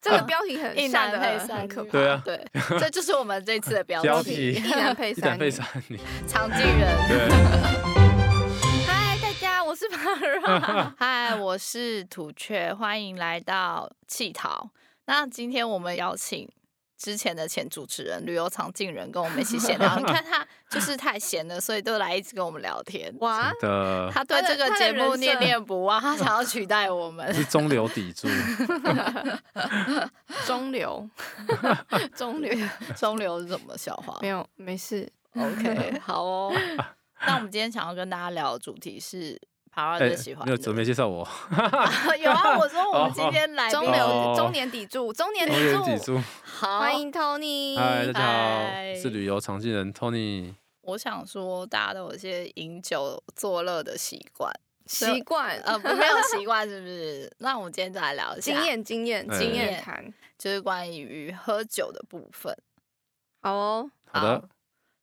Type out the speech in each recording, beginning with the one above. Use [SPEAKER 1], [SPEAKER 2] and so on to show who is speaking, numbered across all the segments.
[SPEAKER 1] 这个标题很
[SPEAKER 2] 啊一
[SPEAKER 1] 吓
[SPEAKER 2] 男
[SPEAKER 1] 得
[SPEAKER 2] 配三
[SPEAKER 1] 很
[SPEAKER 2] 女
[SPEAKER 1] 可怕。
[SPEAKER 3] 对啊，
[SPEAKER 2] 对，这就是我们这次的标
[SPEAKER 3] 标
[SPEAKER 2] 题。
[SPEAKER 3] 题
[SPEAKER 1] 一男配
[SPEAKER 3] 一
[SPEAKER 1] 三
[SPEAKER 3] 展
[SPEAKER 1] 女
[SPEAKER 3] 配。三 女，
[SPEAKER 2] 常进人，
[SPEAKER 3] 对，
[SPEAKER 2] 嗨，大家，哎啊我是啊 Para，嗨，我是土雀，欢迎来到气桃。那今天我们邀请之前的前主持人、旅游常进人跟我们一起闲聊。你看他就是太闲了，所以都来一直跟我们聊天。
[SPEAKER 1] 哇，
[SPEAKER 3] 的
[SPEAKER 2] 他对这个节目念
[SPEAKER 1] 他的人
[SPEAKER 2] 念不忘，他想要取代我们。
[SPEAKER 3] 是中流 砥柱，
[SPEAKER 1] 中 流，中流，
[SPEAKER 2] 中流是什么笑话
[SPEAKER 1] 没有，没事。
[SPEAKER 2] ？OK，好 哦。那我们今天想要跟大家聊的主题是 Para 最喜欢
[SPEAKER 3] 哎
[SPEAKER 2] 的。
[SPEAKER 3] 没有准备介绍我，
[SPEAKER 2] 有啊，我说我们今天来宾
[SPEAKER 1] 中
[SPEAKER 3] 哦
[SPEAKER 1] 流，中年砥柱，中年
[SPEAKER 3] 中流
[SPEAKER 1] 砥
[SPEAKER 3] 砥
[SPEAKER 1] 柱，
[SPEAKER 3] 柱，
[SPEAKER 2] 好，
[SPEAKER 1] 欢迎 Tony。
[SPEAKER 3] 嗨，大家好，
[SPEAKER 2] 嗨
[SPEAKER 3] 我是旅游常进人 Tony，
[SPEAKER 2] 我想说，大家都有一些饮酒作乐的习惯，
[SPEAKER 1] 习惯，
[SPEAKER 2] 呃，不没有习惯是不是？那我们今天再来聊一下
[SPEAKER 1] 经，验，经验，
[SPEAKER 3] 哎
[SPEAKER 1] 经验谈。
[SPEAKER 2] 就是关于喝酒的部分。
[SPEAKER 1] 好哦，
[SPEAKER 3] 好的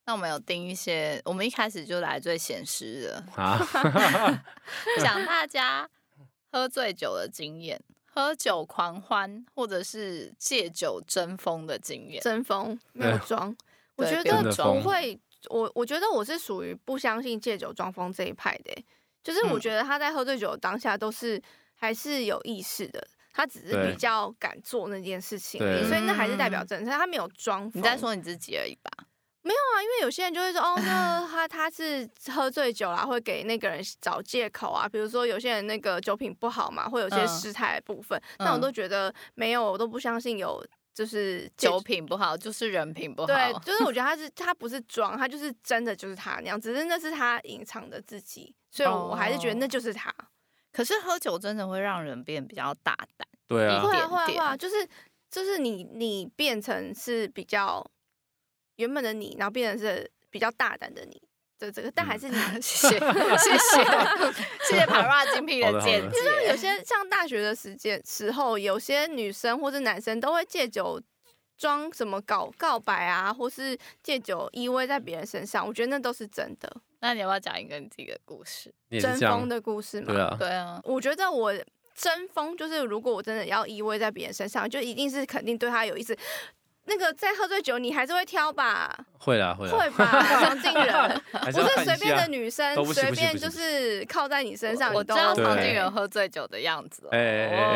[SPEAKER 2] 那我们有定一些，我们一开始就来最显实的，
[SPEAKER 3] 啊，
[SPEAKER 2] 讲大家喝醉酒的经验，喝酒狂欢，或者是借酒争锋的经验。
[SPEAKER 1] 真疯，没有
[SPEAKER 3] 对
[SPEAKER 1] 装。我觉
[SPEAKER 3] 真的
[SPEAKER 1] 得
[SPEAKER 3] 疯
[SPEAKER 1] 不会，我我觉得我是属于不相信借酒装疯这一派的欸、就是我
[SPEAKER 2] 嗯
[SPEAKER 1] 觉得他在喝醉酒的当下都是还是有意识的，他只是
[SPEAKER 3] 对
[SPEAKER 1] 比较敢做那件事情而
[SPEAKER 3] 对
[SPEAKER 1] 已，所以那还是代表
[SPEAKER 2] 嗯
[SPEAKER 1] 真实，他没有装疯。
[SPEAKER 2] 你在说你自己而已吧？
[SPEAKER 1] 啊？因为有些人就会说，哦， 那他他是喝醉酒啦，会给那个人找借口啊，比如说有些人那个酒品不好嘛，会有些
[SPEAKER 2] 嗯
[SPEAKER 1] 失态的部分，那我
[SPEAKER 2] 嗯
[SPEAKER 1] 都觉得没有，我都不相信有就是借
[SPEAKER 2] 酒品不好就是人品不好。
[SPEAKER 1] 对，就是我觉得他是他不是装，他就是真的就是他那样，只是那是他隐藏的自己，所以我还是觉
[SPEAKER 3] 哦
[SPEAKER 1] 得那就是他。
[SPEAKER 2] 可是喝酒真的会让人变比较大胆。
[SPEAKER 3] 对啊
[SPEAKER 2] 哦，
[SPEAKER 1] 会啊会啊会
[SPEAKER 2] 点
[SPEAKER 1] 啊，就是就是你你变成是比较原本的你，然后变成是比较大胆的你的这个，但
[SPEAKER 3] 嗯
[SPEAKER 1] 还是你。
[SPEAKER 2] 谢谢谢谢谢谢 Para 精辟
[SPEAKER 3] 好的
[SPEAKER 2] 的
[SPEAKER 3] 好的
[SPEAKER 2] 见解。
[SPEAKER 1] 像有些上大学的时间时候，有些女生或是男生都会借酒装什么搞告白啊，或是借酒依偎在别人身上，我觉得那都是真的。
[SPEAKER 2] 那你要不要讲一个你自己的故事？
[SPEAKER 3] 你也
[SPEAKER 1] 争
[SPEAKER 3] 是这样
[SPEAKER 1] 锋，的故事嘛，
[SPEAKER 3] 对啊，
[SPEAKER 2] 对啊，
[SPEAKER 1] 我觉得我争锋就是，如果我真的要依偎在别人身上，就一定是肯定对他有意思。那个在喝醉酒，你还是会挑吧，
[SPEAKER 3] 会啦会啦
[SPEAKER 1] 会，吧，常进人，
[SPEAKER 3] 还
[SPEAKER 1] 不
[SPEAKER 3] 要
[SPEAKER 1] 是
[SPEAKER 3] 看
[SPEAKER 1] 随
[SPEAKER 3] 一
[SPEAKER 1] 便的
[SPEAKER 3] 下
[SPEAKER 1] 女
[SPEAKER 3] 都
[SPEAKER 1] 生，
[SPEAKER 3] 不行
[SPEAKER 1] 随
[SPEAKER 3] 不行
[SPEAKER 1] 便
[SPEAKER 3] 不行
[SPEAKER 1] 就是靠在你身上，
[SPEAKER 2] 啊我
[SPEAKER 1] 你都
[SPEAKER 2] 知道
[SPEAKER 3] 对
[SPEAKER 2] 常静人喝醉酒的样子了。
[SPEAKER 3] 哎哎
[SPEAKER 2] 哦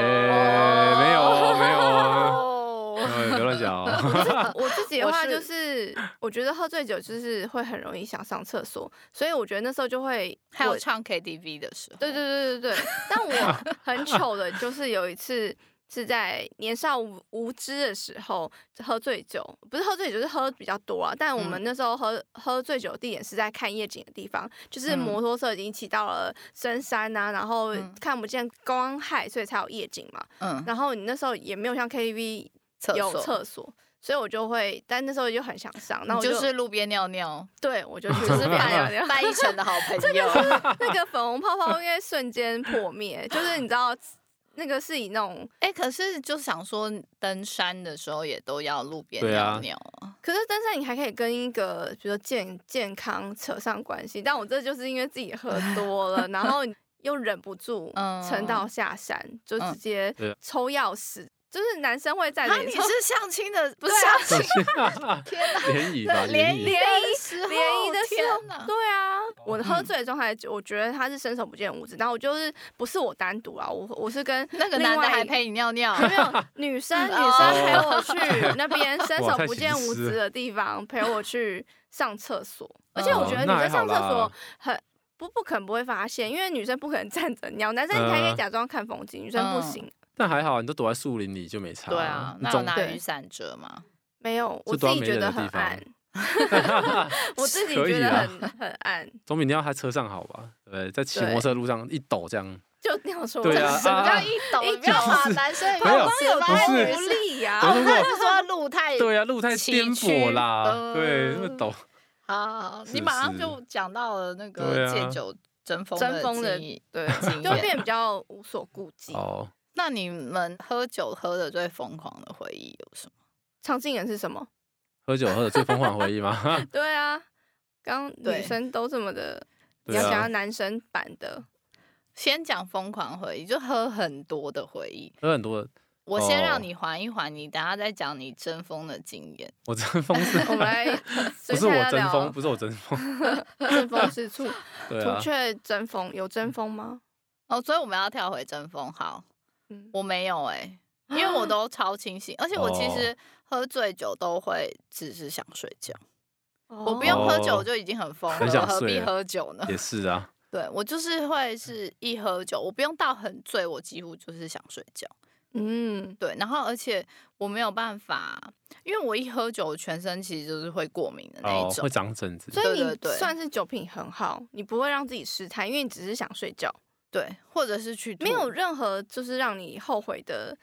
[SPEAKER 3] 哎，没有哦没有哦，
[SPEAKER 2] 哦
[SPEAKER 3] 没有别乱讲哦，
[SPEAKER 1] 我自己的
[SPEAKER 2] 我
[SPEAKER 1] 话
[SPEAKER 2] 是
[SPEAKER 1] 就是，我觉得喝醉酒就是会很容易想上厕所，所以我觉得那时候就会
[SPEAKER 2] 还
[SPEAKER 1] 我
[SPEAKER 2] 有唱 KTV 的时候，
[SPEAKER 1] 对对对对对，但 我很糗的，就是有一次是在年少无无知的时候喝醉酒，不是喝醉酒，是喝比较多啊。但我
[SPEAKER 2] 嗯
[SPEAKER 1] 们那时候喝、喝醉酒的地点是在看夜景的地方，就是
[SPEAKER 2] 嗯
[SPEAKER 1] 摩托车已经骑到了深山呐、然后
[SPEAKER 2] 嗯
[SPEAKER 1] 看不见光害，所以才有夜景嘛。
[SPEAKER 2] 嗯，
[SPEAKER 1] 然后你那时候也没有像 KTV
[SPEAKER 2] 厕
[SPEAKER 1] 有
[SPEAKER 2] 所
[SPEAKER 1] 厕所。所以我就会，但那时候就很想上，然后
[SPEAKER 2] 你
[SPEAKER 1] 我就
[SPEAKER 2] 就是路边尿尿，
[SPEAKER 1] 对我 就去
[SPEAKER 2] 就是
[SPEAKER 1] 半
[SPEAKER 2] 范范逸臣的好朋友，
[SPEAKER 1] 那个粉红泡泡应该瞬间破 灭，就是你知道，那个是以那种，
[SPEAKER 2] 哎、可是就想说，登山的时候也都要路边
[SPEAKER 3] 对啊
[SPEAKER 2] 尿尿啊。
[SPEAKER 1] 可是登山你还可以跟一个比如说健健康扯上关系，但我这就是因为自己喝多了，然后又忍不住
[SPEAKER 2] 嗯
[SPEAKER 1] 撑到下山，就直接
[SPEAKER 3] 对
[SPEAKER 1] 抽钥匙，就是男生会在
[SPEAKER 2] 啊，
[SPEAKER 1] 里
[SPEAKER 2] 你
[SPEAKER 1] 抽
[SPEAKER 2] 是相亲的，不是
[SPEAKER 1] 对啊
[SPEAKER 2] 相亲
[SPEAKER 3] 联谊吧
[SPEAKER 2] 联
[SPEAKER 3] 联
[SPEAKER 2] 谊
[SPEAKER 3] 谊，
[SPEAKER 2] 的时候，
[SPEAKER 1] 联谊的时候
[SPEAKER 2] 天哪
[SPEAKER 1] 对啊，我
[SPEAKER 2] 嗯
[SPEAKER 1] 喝醉的状态，我觉得他是伸手不见五指，然后我就是不是我单独啊，我我是跟
[SPEAKER 2] 那个
[SPEAKER 1] 另
[SPEAKER 2] 男的
[SPEAKER 1] 外
[SPEAKER 2] 还
[SPEAKER 1] 一
[SPEAKER 2] 陪你尿尿，
[SPEAKER 1] 没有女生，女
[SPEAKER 2] 哦
[SPEAKER 1] 生陪我 去那边伸手
[SPEAKER 3] 哇太
[SPEAKER 1] 不
[SPEAKER 3] 隐
[SPEAKER 1] 见五
[SPEAKER 3] 私
[SPEAKER 1] 指的地方陪我去上厕所，而且我觉得
[SPEAKER 3] 哦
[SPEAKER 1] 女
[SPEAKER 3] 那还
[SPEAKER 1] 生上厕
[SPEAKER 3] 好啦
[SPEAKER 1] 所很不不可能不会发现，因为女生不可能站着尿，男生你还可以
[SPEAKER 3] 嗯
[SPEAKER 1] 假装看风景，女生不
[SPEAKER 2] 嗯
[SPEAKER 1] 行。
[SPEAKER 3] 但还好，你都躲在树林里就没 差，
[SPEAKER 2] 对啊，
[SPEAKER 3] 你
[SPEAKER 2] 那有
[SPEAKER 3] 总
[SPEAKER 2] 拿
[SPEAKER 1] 对
[SPEAKER 2] 雨伞遮吗？
[SPEAKER 1] 没有，我
[SPEAKER 3] 就
[SPEAKER 1] 自
[SPEAKER 3] 躲到
[SPEAKER 1] 己
[SPEAKER 3] 没
[SPEAKER 1] 觉
[SPEAKER 3] 人
[SPEAKER 1] 得
[SPEAKER 3] 的
[SPEAKER 1] 很
[SPEAKER 3] 地方
[SPEAKER 1] 暗， 我 自己
[SPEAKER 3] 可
[SPEAKER 1] 觉
[SPEAKER 3] 以
[SPEAKER 1] 得
[SPEAKER 3] 啊啦
[SPEAKER 1] 很很暗，
[SPEAKER 3] 总比你要在车上好吧？对不对，在骑
[SPEAKER 1] 对
[SPEAKER 3] 摩托车路上一抖这样，
[SPEAKER 1] 就尿出
[SPEAKER 3] 对
[SPEAKER 1] 来
[SPEAKER 3] 啊，
[SPEAKER 2] 什么
[SPEAKER 3] 啊
[SPEAKER 2] 叫一抖？
[SPEAKER 1] 一
[SPEAKER 2] 你不要
[SPEAKER 3] 抖
[SPEAKER 2] 把
[SPEAKER 3] 不是
[SPEAKER 2] 男生
[SPEAKER 3] 没
[SPEAKER 2] 有
[SPEAKER 3] 有
[SPEAKER 1] 有
[SPEAKER 3] 不是
[SPEAKER 1] 多无力啊呀、
[SPEAKER 3] 我
[SPEAKER 2] 哦，
[SPEAKER 3] 如
[SPEAKER 2] 那
[SPEAKER 3] 果
[SPEAKER 2] 是 说路太
[SPEAKER 3] 对啊，路太
[SPEAKER 2] 崎
[SPEAKER 3] 颠簸啦，
[SPEAKER 2] 岖
[SPEAKER 3] 对，
[SPEAKER 2] 嗯
[SPEAKER 3] 那么抖，
[SPEAKER 2] 好好好，
[SPEAKER 3] 是
[SPEAKER 2] 你马上
[SPEAKER 3] 是
[SPEAKER 2] 就讲到了那
[SPEAKER 3] 对
[SPEAKER 2] 个
[SPEAKER 3] 啊
[SPEAKER 2] 戒酒争锋
[SPEAKER 1] 争锋的
[SPEAKER 2] 经
[SPEAKER 1] 对，
[SPEAKER 2] 经
[SPEAKER 1] 就会
[SPEAKER 2] 验
[SPEAKER 1] 变比 较无所顾忌。
[SPEAKER 3] 哦，
[SPEAKER 2] 那你们喝酒喝的最疯狂的回忆有什么？
[SPEAKER 1] 常青人是什么？
[SPEAKER 3] 喝酒喝的最疯狂的回忆吗？
[SPEAKER 1] 对啊，刚
[SPEAKER 2] 对
[SPEAKER 1] 女生都这么的，你
[SPEAKER 3] 对
[SPEAKER 1] 要
[SPEAKER 3] 啊
[SPEAKER 1] 想要男生版的，
[SPEAKER 2] 先讲疯狂回忆，就喝很多的回忆。
[SPEAKER 3] 喝很多的，
[SPEAKER 2] 我先让
[SPEAKER 3] 哦
[SPEAKER 2] 你缓一缓，你等下再讲你争风的经验。
[SPEAKER 3] 我争风 是，
[SPEAKER 1] 我们 来
[SPEAKER 3] 不
[SPEAKER 1] 随
[SPEAKER 3] 是
[SPEAKER 1] 便
[SPEAKER 3] 我
[SPEAKER 1] 来哦
[SPEAKER 3] 争
[SPEAKER 1] 聊
[SPEAKER 3] 风，不是我争风，
[SPEAKER 1] 争风是醋，
[SPEAKER 3] 对
[SPEAKER 1] 土
[SPEAKER 3] 啊，
[SPEAKER 1] 雀争风有争风吗？
[SPEAKER 2] 哦，所以我们要跳回争风。好，
[SPEAKER 1] 嗯，
[SPEAKER 2] 我没有哎、因为
[SPEAKER 1] 啊
[SPEAKER 2] 我都超 清醒，而且我其
[SPEAKER 3] 哦
[SPEAKER 2] 实喝醉酒都会只是想睡觉，我不用
[SPEAKER 1] 哦
[SPEAKER 2] 喝酒就已经很疯
[SPEAKER 3] 很想
[SPEAKER 2] 了，何
[SPEAKER 3] 睡
[SPEAKER 2] 必
[SPEAKER 3] 了
[SPEAKER 2] 喝酒呢？
[SPEAKER 3] 也是啊，
[SPEAKER 2] 对我就是会是一喝酒，我不用到很醉，我几乎就是想睡觉。
[SPEAKER 1] 嗯，
[SPEAKER 2] 对，然后而且我没有办法，因为我一喝酒，全身其实就是会过敏的那
[SPEAKER 3] 哦
[SPEAKER 2] 一，种。
[SPEAKER 3] 会长疹子，
[SPEAKER 1] 所以
[SPEAKER 2] 对对
[SPEAKER 1] 你
[SPEAKER 2] 对
[SPEAKER 1] 算是酒品很好，你不会让自己失态，因为你只是想睡觉，
[SPEAKER 2] 对，或者是去吐
[SPEAKER 1] 没有任何就是让你后悔的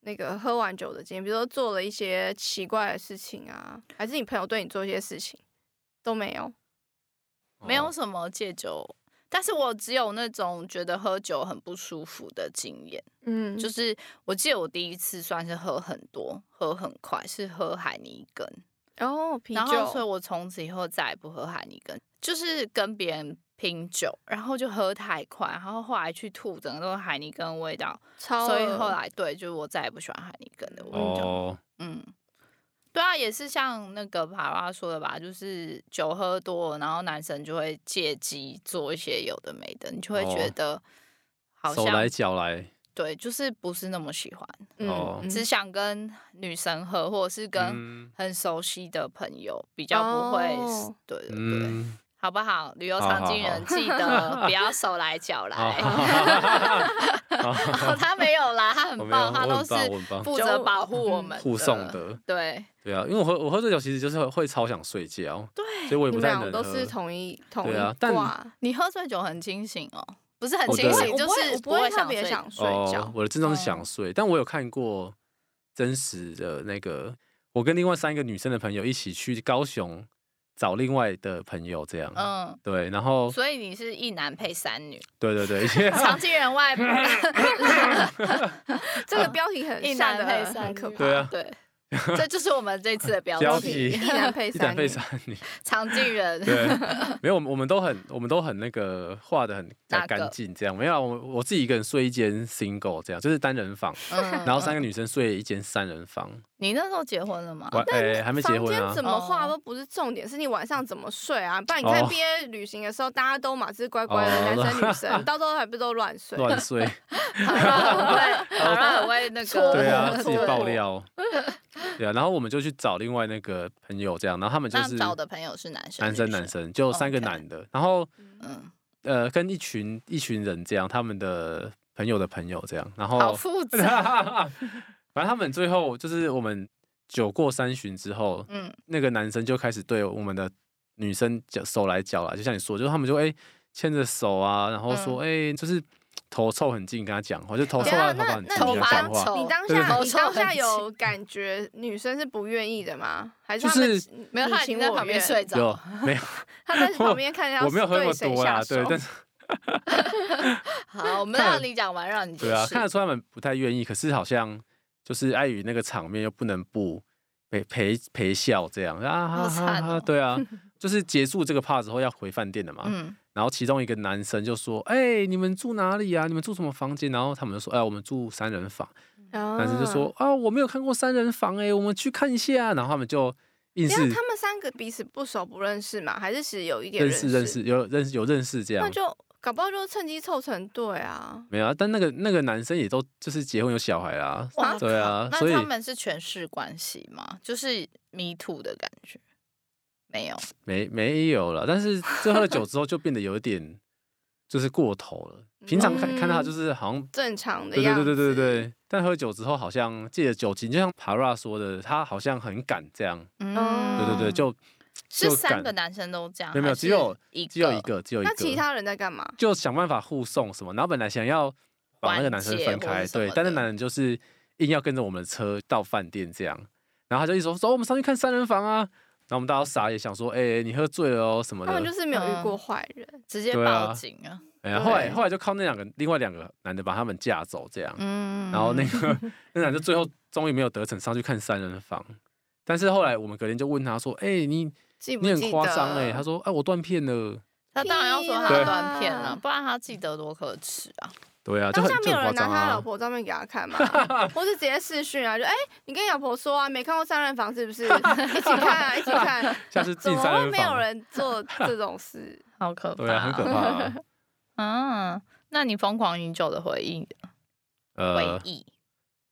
[SPEAKER 1] 那个喝完酒的经验，比如说做了一些奇怪的事情啊，还是你朋友对你做一些事情都没有。
[SPEAKER 2] 没有
[SPEAKER 3] 哦
[SPEAKER 2] 什么戒酒，但是我只有那种觉得喝酒很不舒服的经验。
[SPEAKER 1] 嗯
[SPEAKER 2] 就是是我记得我第一次算是喝很多，喝很快，是喝海尼根，
[SPEAKER 1] 哦，啤
[SPEAKER 2] 然后所以
[SPEAKER 1] 酒，
[SPEAKER 2] 我从此以后再也不喝海尼根，就是跟别人拼酒，然后就喝太快，然后后来去吐，整个都是海尼根的味道，
[SPEAKER 1] 超
[SPEAKER 2] 所以
[SPEAKER 1] 恶
[SPEAKER 2] 后来对，就是我再也不喜欢海尼根的味道。
[SPEAKER 3] 哦，
[SPEAKER 2] 嗯，对啊，也是像那个帕拉说的吧，就是酒喝多了，然后男生就会借机做一些有的没的，你就会觉
[SPEAKER 3] 哦
[SPEAKER 2] 得好
[SPEAKER 3] 手
[SPEAKER 2] 像、
[SPEAKER 3] 来脚来，
[SPEAKER 2] 对，就是不是那么喜欢，
[SPEAKER 1] 嗯
[SPEAKER 3] 哦
[SPEAKER 2] 只想跟女生喝，或者是跟
[SPEAKER 3] 嗯
[SPEAKER 2] 很熟悉的朋友，比较不会是，
[SPEAKER 1] 哦
[SPEAKER 2] 对对对。
[SPEAKER 3] 嗯，
[SPEAKER 2] 好不好？旅游
[SPEAKER 3] 好
[SPEAKER 2] 常
[SPEAKER 3] 好
[SPEAKER 2] 经
[SPEAKER 3] 好
[SPEAKER 2] 人记得不要手来脚来。
[SPEAKER 3] 好好好好好
[SPEAKER 2] 哦， 他没有啦，他很
[SPEAKER 3] 我没有
[SPEAKER 2] 棒，他
[SPEAKER 3] 我
[SPEAKER 2] 都
[SPEAKER 3] 很棒我
[SPEAKER 2] 是
[SPEAKER 3] 很棒
[SPEAKER 2] 负责保护我们
[SPEAKER 3] 护送。的，
[SPEAKER 2] 对，
[SPEAKER 3] 对啊，因为我喝我喝醉酒其实就是会会超想睡觉，对，所以我也
[SPEAKER 1] 你
[SPEAKER 3] 不
[SPEAKER 1] 们
[SPEAKER 3] 太
[SPEAKER 1] 两
[SPEAKER 3] 能
[SPEAKER 1] 个都
[SPEAKER 3] 喝
[SPEAKER 1] 是同一同一
[SPEAKER 3] 对啊
[SPEAKER 1] 挂，
[SPEAKER 3] 但
[SPEAKER 2] 你喝醉酒很清醒哦，不是很
[SPEAKER 3] 哦
[SPEAKER 2] 清
[SPEAKER 3] 对
[SPEAKER 2] 醒，
[SPEAKER 1] 我
[SPEAKER 2] 就
[SPEAKER 1] 不会
[SPEAKER 2] 是
[SPEAKER 1] 我不会特
[SPEAKER 2] 想
[SPEAKER 1] 别
[SPEAKER 2] 睡
[SPEAKER 1] 想睡
[SPEAKER 3] 哦
[SPEAKER 1] 觉，，嗯
[SPEAKER 3] 我的症状是
[SPEAKER 2] 哦
[SPEAKER 3] 想睡，但我有看过真实的那个，我跟另外三个女生的朋友一起去高雄找另外的朋友，这样，
[SPEAKER 2] 嗯，
[SPEAKER 3] 对，然后
[SPEAKER 2] 所以你是一男配三 女，
[SPEAKER 3] 对对对， 因为
[SPEAKER 2] 常青人外
[SPEAKER 1] 这个标题很
[SPEAKER 2] 一
[SPEAKER 1] 下
[SPEAKER 2] 男
[SPEAKER 1] 的
[SPEAKER 2] 配
[SPEAKER 1] 很
[SPEAKER 2] 三
[SPEAKER 1] 可
[SPEAKER 2] 女，
[SPEAKER 1] 怕，
[SPEAKER 3] 啊对啊
[SPEAKER 2] 对，这就是我们这次的标
[SPEAKER 3] 标
[SPEAKER 2] 题。
[SPEAKER 3] 题
[SPEAKER 1] 一男配
[SPEAKER 3] 一男
[SPEAKER 1] 三
[SPEAKER 3] 配
[SPEAKER 1] 女，
[SPEAKER 3] 三女，
[SPEAKER 2] 常青人，
[SPEAKER 3] 对， 没有，我们我们都很我们都很那个画的很
[SPEAKER 2] 哪
[SPEAKER 3] 干
[SPEAKER 2] 个
[SPEAKER 3] 净，这样没有啊，我我自己一个人睡一间 single 这样，就是单人房，
[SPEAKER 2] 嗯
[SPEAKER 3] 然后三个女生睡一间三人房，
[SPEAKER 2] 你那时候结婚了吗？
[SPEAKER 3] 我哎还没结
[SPEAKER 1] 哦房
[SPEAKER 3] 婚
[SPEAKER 1] 间
[SPEAKER 3] 啊，
[SPEAKER 1] 怎么画
[SPEAKER 2] 哦
[SPEAKER 1] 都不是重点，是你晚上怎么睡啊？不然你看
[SPEAKER 3] 哦
[SPEAKER 1] 毕业旅行的时候，大家都嘛是乖乖的，
[SPEAKER 3] 哦
[SPEAKER 1] 男生女 生，到最后还不都乱睡？
[SPEAKER 3] 乱睡，
[SPEAKER 2] 好啦很 会，好啦很会那个，
[SPEAKER 3] 对
[SPEAKER 1] 我
[SPEAKER 3] 啊，
[SPEAKER 1] 我
[SPEAKER 3] 自己
[SPEAKER 1] 我
[SPEAKER 3] 爆料。对啊，然后我们就去找另外那个朋友，这样，然后他们就
[SPEAKER 2] 那
[SPEAKER 3] 是
[SPEAKER 2] 找的朋友是男生，
[SPEAKER 3] 男生
[SPEAKER 2] 女
[SPEAKER 3] 男，生，就三个
[SPEAKER 2] OK
[SPEAKER 3] 男的，然后
[SPEAKER 2] 嗯，
[SPEAKER 3] 呃跟一群一群人这样，他们的朋友的朋友这样，然
[SPEAKER 2] 好
[SPEAKER 3] 后
[SPEAKER 2] 复杂，
[SPEAKER 3] 反正他们最后就是我们酒过三巡之后，
[SPEAKER 2] 嗯，
[SPEAKER 3] 那个男生就开始对我们的女生脚手来脚来，就像你说，就是他们就哎、牵着手啊，然后说哎、
[SPEAKER 2] 嗯
[SPEAKER 3] 就是头凑很近跟他讲话，就头
[SPEAKER 1] 等一
[SPEAKER 3] 凑
[SPEAKER 1] 下
[SPEAKER 3] 到头
[SPEAKER 1] 啊那
[SPEAKER 3] 发很近
[SPEAKER 1] 那你
[SPEAKER 2] 头发
[SPEAKER 3] 跟他讲话
[SPEAKER 2] 很，
[SPEAKER 1] 你当
[SPEAKER 3] 对对
[SPEAKER 1] 下
[SPEAKER 2] 对
[SPEAKER 1] 你当下
[SPEAKER 2] 对
[SPEAKER 1] 有感觉女生是不愿意的吗？还是
[SPEAKER 3] 就
[SPEAKER 1] 他们
[SPEAKER 3] 是
[SPEAKER 1] 你
[SPEAKER 2] 没有，他已
[SPEAKER 1] 情
[SPEAKER 2] 经在
[SPEAKER 1] 我
[SPEAKER 2] 旁边
[SPEAKER 1] 愿
[SPEAKER 2] 睡，着
[SPEAKER 3] 有，没有？
[SPEAKER 1] 他在旁边看一下
[SPEAKER 3] 我没有喝那
[SPEAKER 1] 对
[SPEAKER 3] 么
[SPEAKER 1] 谁
[SPEAKER 3] 多啦
[SPEAKER 1] 下，
[SPEAKER 3] 对
[SPEAKER 1] 手，
[SPEAKER 3] 但是
[SPEAKER 2] 好，我们
[SPEAKER 3] 看
[SPEAKER 2] 让你讲完，让你解
[SPEAKER 3] 啊对啊，
[SPEAKER 2] 释
[SPEAKER 3] 看得出他们不太愿意，可是好像就是碍于那个场面，又不能不陪陪陪笑这样啊，哈
[SPEAKER 2] 好
[SPEAKER 3] 哈
[SPEAKER 2] 惨
[SPEAKER 3] 哈
[SPEAKER 2] 哦
[SPEAKER 3] 对啊，就是结束这个 part 之后要回饭店了嘛，
[SPEAKER 2] 嗯，
[SPEAKER 3] 然后其中一个男生就说：“哎、你们住哪里啊？你们住什么房间？”然后他们就说：“哎、我们住三人房。”男
[SPEAKER 1] 男
[SPEAKER 3] 生就说：“啊，我没有看过三人房、哎，我们去看一下。”然后他们就
[SPEAKER 1] 等
[SPEAKER 3] 硬
[SPEAKER 1] 一下：“
[SPEAKER 3] 是
[SPEAKER 1] 啊他们三个彼此不熟不认识嘛，还是其实有一点
[SPEAKER 3] 认识认识，有认识有认识这样
[SPEAKER 1] 那，就搞不好就趁机凑成对啊。
[SPEAKER 3] 没有啊？但那个那个男生也都就是结婚有小孩啦，
[SPEAKER 2] 哇
[SPEAKER 3] 对啊
[SPEAKER 2] 靠
[SPEAKER 3] 所以
[SPEAKER 2] 那他们是权势关系吗？就是迷途的感觉，没有，
[SPEAKER 3] 没没有了，但是这喝了酒之后就变得有一点就是过头了。平常看看
[SPEAKER 2] 嗯
[SPEAKER 3] 他就是好像，
[SPEAKER 1] 正常的
[SPEAKER 3] 对对
[SPEAKER 1] 样
[SPEAKER 3] 对
[SPEAKER 1] 子，
[SPEAKER 3] 对对对对，但喝酒之后好像借着酒精，就像 Para 说的，他好像很敢这样。
[SPEAKER 2] 嗯，
[SPEAKER 3] 对对对，就是就
[SPEAKER 2] 三
[SPEAKER 3] 敢
[SPEAKER 2] 个男生都这样，
[SPEAKER 3] 没有没有，
[SPEAKER 2] 还是
[SPEAKER 3] 只有
[SPEAKER 2] 一
[SPEAKER 3] 只有一，个，只有一个。
[SPEAKER 1] 那其他人在干嘛？
[SPEAKER 3] 就想办法护送什么，然后本来想要把那个男生分
[SPEAKER 2] 缓
[SPEAKER 3] 开，
[SPEAKER 2] 解或者什么
[SPEAKER 3] 对
[SPEAKER 2] 的，
[SPEAKER 3] 但是男人就是硬要跟着我们的车到饭店这样，然后他就一直说走，我们上去看三人房啊，然后我们大家都傻眼，想说哎、你喝醉了哦什么
[SPEAKER 1] 他们就
[SPEAKER 3] 的。
[SPEAKER 1] 是没有遇过坏人，
[SPEAKER 2] 直接
[SPEAKER 3] 对啊
[SPEAKER 2] 报警啊，
[SPEAKER 3] 哎呀，后来
[SPEAKER 1] 对
[SPEAKER 3] 后来就靠那两个另外两个男的把他们架走这样，
[SPEAKER 2] 嗯，
[SPEAKER 3] 然后那个 那男的最后终于没有得逞，上去看三人房。但是后来我们隔天就问他说：“哎、你
[SPEAKER 1] 记不
[SPEAKER 3] 你
[SPEAKER 1] 记得？
[SPEAKER 3] 很夸张哎。”他说：“哎、我断片了。
[SPEAKER 2] 他当然要说他
[SPEAKER 3] 对
[SPEAKER 2] 断片了、
[SPEAKER 1] 对
[SPEAKER 2] 不然他记得多可耻啊！
[SPEAKER 3] 对啊，就
[SPEAKER 1] 当
[SPEAKER 3] 很
[SPEAKER 1] 下没
[SPEAKER 3] 就
[SPEAKER 1] 有
[SPEAKER 3] 很夸
[SPEAKER 1] 人拿
[SPEAKER 3] 张
[SPEAKER 1] 他老
[SPEAKER 3] 啊。
[SPEAKER 1] 婆照片给他看 嘛，或是直接视讯啊，就哎、你跟你老婆说啊，没看过《三人房》是不 是？一起看啊，一起看。
[SPEAKER 3] 下次
[SPEAKER 1] 怎
[SPEAKER 3] 进
[SPEAKER 1] 么
[SPEAKER 3] 三
[SPEAKER 1] 会
[SPEAKER 3] 人
[SPEAKER 1] 没有
[SPEAKER 3] 房，
[SPEAKER 1] 人 做这种事？
[SPEAKER 2] 好可怕、哦
[SPEAKER 3] 对啊，很可怕啊。
[SPEAKER 2] 嗯，那你疯狂饮酒的回忆，回
[SPEAKER 3] 呃，
[SPEAKER 2] 忆，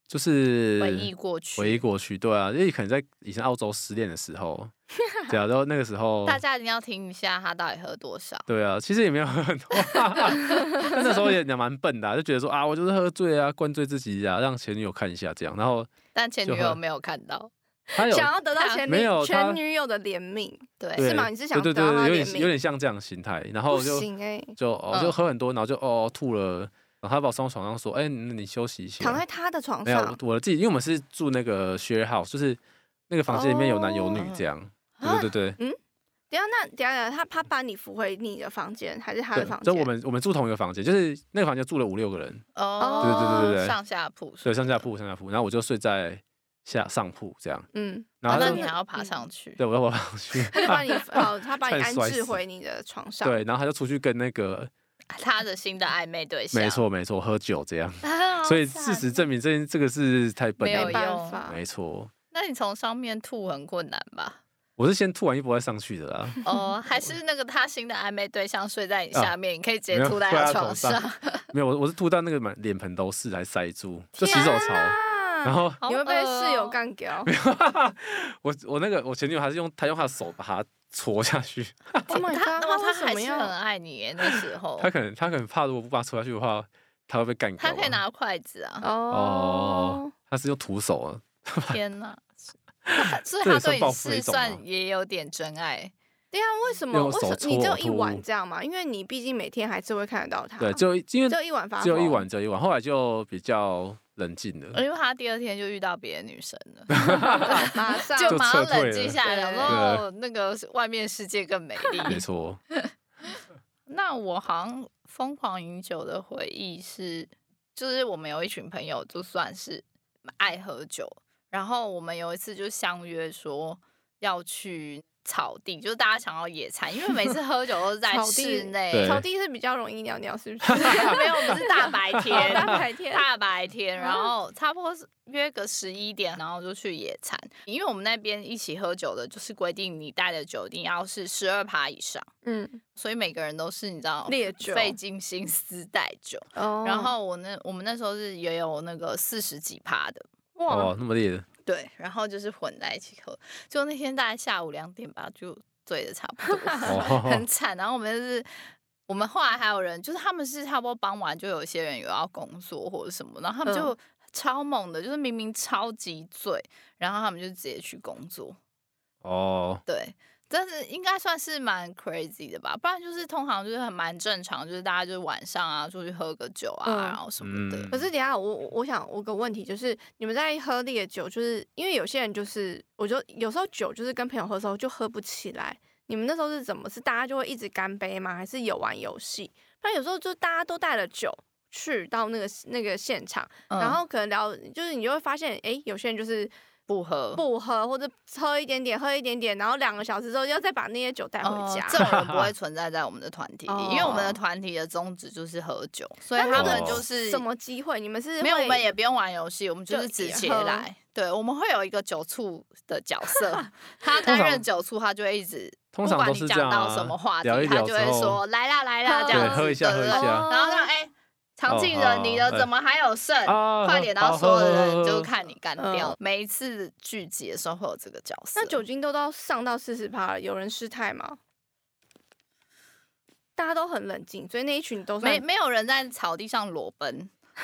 [SPEAKER 3] 就是
[SPEAKER 2] 回忆过去，
[SPEAKER 3] 回忆过去，对啊，因为可能在以前澳洲失恋的时 候，对啊，然后那个时候，
[SPEAKER 2] 大家一定要听一下他到底喝多少。
[SPEAKER 3] 对啊，其实也没有喝很 多，但那时候也也蛮笨的啊、就觉得说啊，我就是喝醉啊，灌醉自己啊，让前女友看一下这样。然后
[SPEAKER 2] 但前
[SPEAKER 3] 就
[SPEAKER 2] 女
[SPEAKER 3] 喝
[SPEAKER 2] 友没有看到，
[SPEAKER 3] 他有
[SPEAKER 1] 想要得到前
[SPEAKER 3] 没有
[SPEAKER 1] 女
[SPEAKER 3] 他
[SPEAKER 1] 前女友的怜悯，
[SPEAKER 2] 对，
[SPEAKER 3] 对
[SPEAKER 1] 是吗你是想
[SPEAKER 3] 对对
[SPEAKER 1] 得到
[SPEAKER 3] 对，
[SPEAKER 1] 他
[SPEAKER 3] 有
[SPEAKER 1] 怜
[SPEAKER 3] 点有
[SPEAKER 1] 悯
[SPEAKER 3] 点像这样的心态，然
[SPEAKER 1] 不
[SPEAKER 3] 后就
[SPEAKER 1] 行哎、
[SPEAKER 3] 就哦
[SPEAKER 2] 嗯
[SPEAKER 3] 就喝很多，然后就哦吐了，然后他把我送到床上说，哎、那你休息一下
[SPEAKER 1] 躺。在他的床
[SPEAKER 3] 没有
[SPEAKER 1] 上，
[SPEAKER 3] 我自己，因为我们是住那个 share house，就是那个房间里面有男有女
[SPEAKER 2] 哦
[SPEAKER 3] 这样。
[SPEAKER 1] 啊
[SPEAKER 3] 对对对
[SPEAKER 1] 等一下那等一下等一下，他他把你扶回你的房间还是他
[SPEAKER 3] 对
[SPEAKER 1] 的房，
[SPEAKER 3] 就
[SPEAKER 1] 间？
[SPEAKER 3] 我们我们住同一个房间，就是那个房间住了五六个人，
[SPEAKER 2] 哦，
[SPEAKER 3] 对对对对对
[SPEAKER 2] 上下铺是
[SPEAKER 3] 所
[SPEAKER 2] 吗，
[SPEAKER 3] 以上下铺上下铺，然后我就睡在下上铺这样，
[SPEAKER 1] 嗯，
[SPEAKER 3] 然后
[SPEAKER 2] 哦
[SPEAKER 3] 他
[SPEAKER 2] 那
[SPEAKER 3] 就
[SPEAKER 2] 你还要爬
[SPEAKER 1] 嗯
[SPEAKER 2] 上去，
[SPEAKER 3] 对我要我要去，
[SPEAKER 1] 他就把 你哦，他把你
[SPEAKER 3] 差点
[SPEAKER 1] 安
[SPEAKER 3] 摔
[SPEAKER 1] 置
[SPEAKER 3] 死
[SPEAKER 1] 回你的床上。
[SPEAKER 3] 对，然后他就出去跟那个
[SPEAKER 2] 他的新的暧昧对象，
[SPEAKER 3] 没，错没错喝酒这样，
[SPEAKER 2] 啊、
[SPEAKER 3] 所以事实证明这件这个是太笨
[SPEAKER 2] 没有
[SPEAKER 1] 没
[SPEAKER 3] 了，
[SPEAKER 1] 办
[SPEAKER 2] 用
[SPEAKER 1] 法，
[SPEAKER 3] 没错，
[SPEAKER 2] 那你从上面吐很困难吧？
[SPEAKER 3] 我是先吐完衣服再上去的啦，
[SPEAKER 2] 哦，还是那个他新的暧昧对象睡在你下
[SPEAKER 3] 啊
[SPEAKER 2] 面，你可以直
[SPEAKER 3] 没
[SPEAKER 2] 接
[SPEAKER 3] 有
[SPEAKER 2] 吐在
[SPEAKER 3] 吐
[SPEAKER 2] 他
[SPEAKER 3] 在他
[SPEAKER 2] 床
[SPEAKER 3] 头上
[SPEAKER 2] 上，
[SPEAKER 3] 没有我我是吐到那个满脸盆都是，还塞住，就洗手槽，
[SPEAKER 1] 啊
[SPEAKER 3] 然后
[SPEAKER 2] 好
[SPEAKER 1] 你会被
[SPEAKER 2] 恶
[SPEAKER 1] 室友
[SPEAKER 2] 哦
[SPEAKER 1] 干掉。
[SPEAKER 3] 我我那个我前女友还是用她用她的手把它戳下去，
[SPEAKER 1] Oh my
[SPEAKER 2] 他
[SPEAKER 1] god！
[SPEAKER 2] 那么
[SPEAKER 1] 为
[SPEAKER 2] 他
[SPEAKER 1] 什
[SPEAKER 2] 还
[SPEAKER 1] 么
[SPEAKER 2] 是
[SPEAKER 1] 要
[SPEAKER 2] 很爱你耶，那 时
[SPEAKER 1] 哦
[SPEAKER 2] 候
[SPEAKER 3] 她可能她可能怕如果不把它戳下去的话，她会被干掉
[SPEAKER 2] 他
[SPEAKER 3] 吧。
[SPEAKER 2] 可以拿筷子啊！
[SPEAKER 1] 哦
[SPEAKER 3] 哦，她是用徒手啊，
[SPEAKER 2] 天 哪！所以
[SPEAKER 3] 这也
[SPEAKER 2] 他
[SPEAKER 3] 算
[SPEAKER 2] 对
[SPEAKER 3] 报
[SPEAKER 2] 你
[SPEAKER 3] 复的一
[SPEAKER 2] 是
[SPEAKER 3] 种
[SPEAKER 2] 算
[SPEAKER 3] 吗
[SPEAKER 2] 也有点真爱，
[SPEAKER 1] 对啊，为什么？
[SPEAKER 3] 用
[SPEAKER 1] 为什
[SPEAKER 3] 手
[SPEAKER 1] 么你只有
[SPEAKER 3] 搓
[SPEAKER 1] 一晚
[SPEAKER 3] 吐
[SPEAKER 1] 这样嘛？因为你毕竟每天还是会看得到他。
[SPEAKER 3] 对，就因为
[SPEAKER 1] 只有一晚发，
[SPEAKER 3] 只有一。晚，只有一晚，后来就比较冷静了。
[SPEAKER 2] 因为他第二天就遇到别的女生了，
[SPEAKER 1] 马上
[SPEAKER 2] 就
[SPEAKER 3] 就
[SPEAKER 2] 马
[SPEAKER 3] 撤
[SPEAKER 2] 上冷
[SPEAKER 3] 退
[SPEAKER 2] 静
[SPEAKER 3] 了
[SPEAKER 2] 下来，想说
[SPEAKER 1] 对
[SPEAKER 2] 哦，那个外面世界更美
[SPEAKER 3] 没
[SPEAKER 2] 丽。
[SPEAKER 3] 错，
[SPEAKER 2] 那我好像疯狂饮酒的回忆是，就是我们有一群朋友，就算是爱喝酒，然后我们有一次就相约说要去草地，就是大家想要野餐，因为每次喝酒都是在
[SPEAKER 1] 草地
[SPEAKER 2] 室内，
[SPEAKER 3] 对
[SPEAKER 1] 草地是比较容易尿尿，是不是？
[SPEAKER 2] 没有，我们是大白天，
[SPEAKER 1] 大白天嗯
[SPEAKER 2] 大白天，然后差不多是约个十一点，然后就去野餐，因为我们那边一起喝酒的，就是规定你带的酒一定要是十二趴以上，
[SPEAKER 1] 嗯，
[SPEAKER 2] 所以每个人都是你知道
[SPEAKER 1] 烈酒
[SPEAKER 2] 费尽心思带酒。
[SPEAKER 1] 哦
[SPEAKER 2] 然后我那我们那时候是也有那个四十几趴的，
[SPEAKER 1] 哦哇
[SPEAKER 3] 哇，，哦那么烈 的，
[SPEAKER 2] 对，然后就是混在一起喝，就那天大概下午两点吧，就醉的差不多，
[SPEAKER 3] 哦
[SPEAKER 2] 很惨。然后我们就是，我们后来还有人，就是他们是差不多傍晚就有一些人有要工作或者什么，然后他们就超猛的，就是明明超级醉，然后他们就直接去工作，
[SPEAKER 3] 哦，
[SPEAKER 2] 对。但是应该算是蛮 crazy 的吧，不然就是通常就是很蛮正常，就是大家就是晚上啊出去喝个酒啊，
[SPEAKER 1] 嗯
[SPEAKER 2] 然后什么的。
[SPEAKER 3] 嗯
[SPEAKER 1] 可是等一下我我我想我有个问题就是，你们在喝烈酒，就是因为有些人就是，我就有时候酒就是跟朋友喝的时候就喝不起来。你们那时候是怎么？是大家就会一直干杯吗？还是有玩游戏？那有时候就大家都带了酒去到那个那个现场，
[SPEAKER 2] 嗯
[SPEAKER 1] 然后可能聊，就是你就会发现，诶，有些人就是
[SPEAKER 2] 不喝，
[SPEAKER 1] 不喝或者喝一点点，喝一点点，然后两个小时之后要再把那些酒带回
[SPEAKER 2] 哦
[SPEAKER 1] 家。
[SPEAKER 2] 这种人不 会存在在我们的团体里，因为我们的
[SPEAKER 1] 哦
[SPEAKER 2] 团体的宗旨就是喝酒，所以
[SPEAKER 1] 那那
[SPEAKER 2] 他们
[SPEAKER 1] 个
[SPEAKER 2] 就是
[SPEAKER 1] 什么机会？你们是
[SPEAKER 2] 没有，
[SPEAKER 1] 会
[SPEAKER 2] 我们也不用玩游戏，我们就
[SPEAKER 1] 就是
[SPEAKER 2] 直
[SPEAKER 1] 也
[SPEAKER 2] 接
[SPEAKER 1] 喝
[SPEAKER 2] 来。对，我们会有一个酒醋的 角色，他担
[SPEAKER 3] 通常
[SPEAKER 2] 任酒醋，他就会一直，
[SPEAKER 3] 通
[SPEAKER 2] 不
[SPEAKER 3] 常
[SPEAKER 2] 管
[SPEAKER 3] 都
[SPEAKER 2] 你
[SPEAKER 3] 是这
[SPEAKER 2] 讲
[SPEAKER 3] 样
[SPEAKER 2] 到
[SPEAKER 3] 啊
[SPEAKER 2] 什么话题，
[SPEAKER 3] 聊一
[SPEAKER 2] 他
[SPEAKER 3] 聊
[SPEAKER 2] 就
[SPEAKER 3] 之
[SPEAKER 2] 会
[SPEAKER 3] 后
[SPEAKER 2] 说来啦来啦这
[SPEAKER 3] 对
[SPEAKER 2] 样子，
[SPEAKER 3] 喝一下
[SPEAKER 2] 对
[SPEAKER 3] 喝一
[SPEAKER 2] 对对
[SPEAKER 3] 下
[SPEAKER 2] 然后说哎，常
[SPEAKER 3] 哦
[SPEAKER 2] 进的
[SPEAKER 3] 好
[SPEAKER 2] 你的
[SPEAKER 3] 哎
[SPEAKER 2] 怎么还有剩？
[SPEAKER 3] 啊
[SPEAKER 2] 快
[SPEAKER 3] 喝
[SPEAKER 2] 点，然后
[SPEAKER 3] 好
[SPEAKER 2] 所有的
[SPEAKER 3] 喝
[SPEAKER 2] 人
[SPEAKER 3] 喝
[SPEAKER 2] 就
[SPEAKER 3] 喝
[SPEAKER 2] 看你干掉
[SPEAKER 1] 嗯。
[SPEAKER 2] 每一次聚集的时候会有这个角色。
[SPEAKER 1] 那酒精都到上到四十趴，有人失态吗？大家都很冷静，所以那一群都
[SPEAKER 2] 没
[SPEAKER 1] 算
[SPEAKER 2] 没有人在草地上裸 奔，，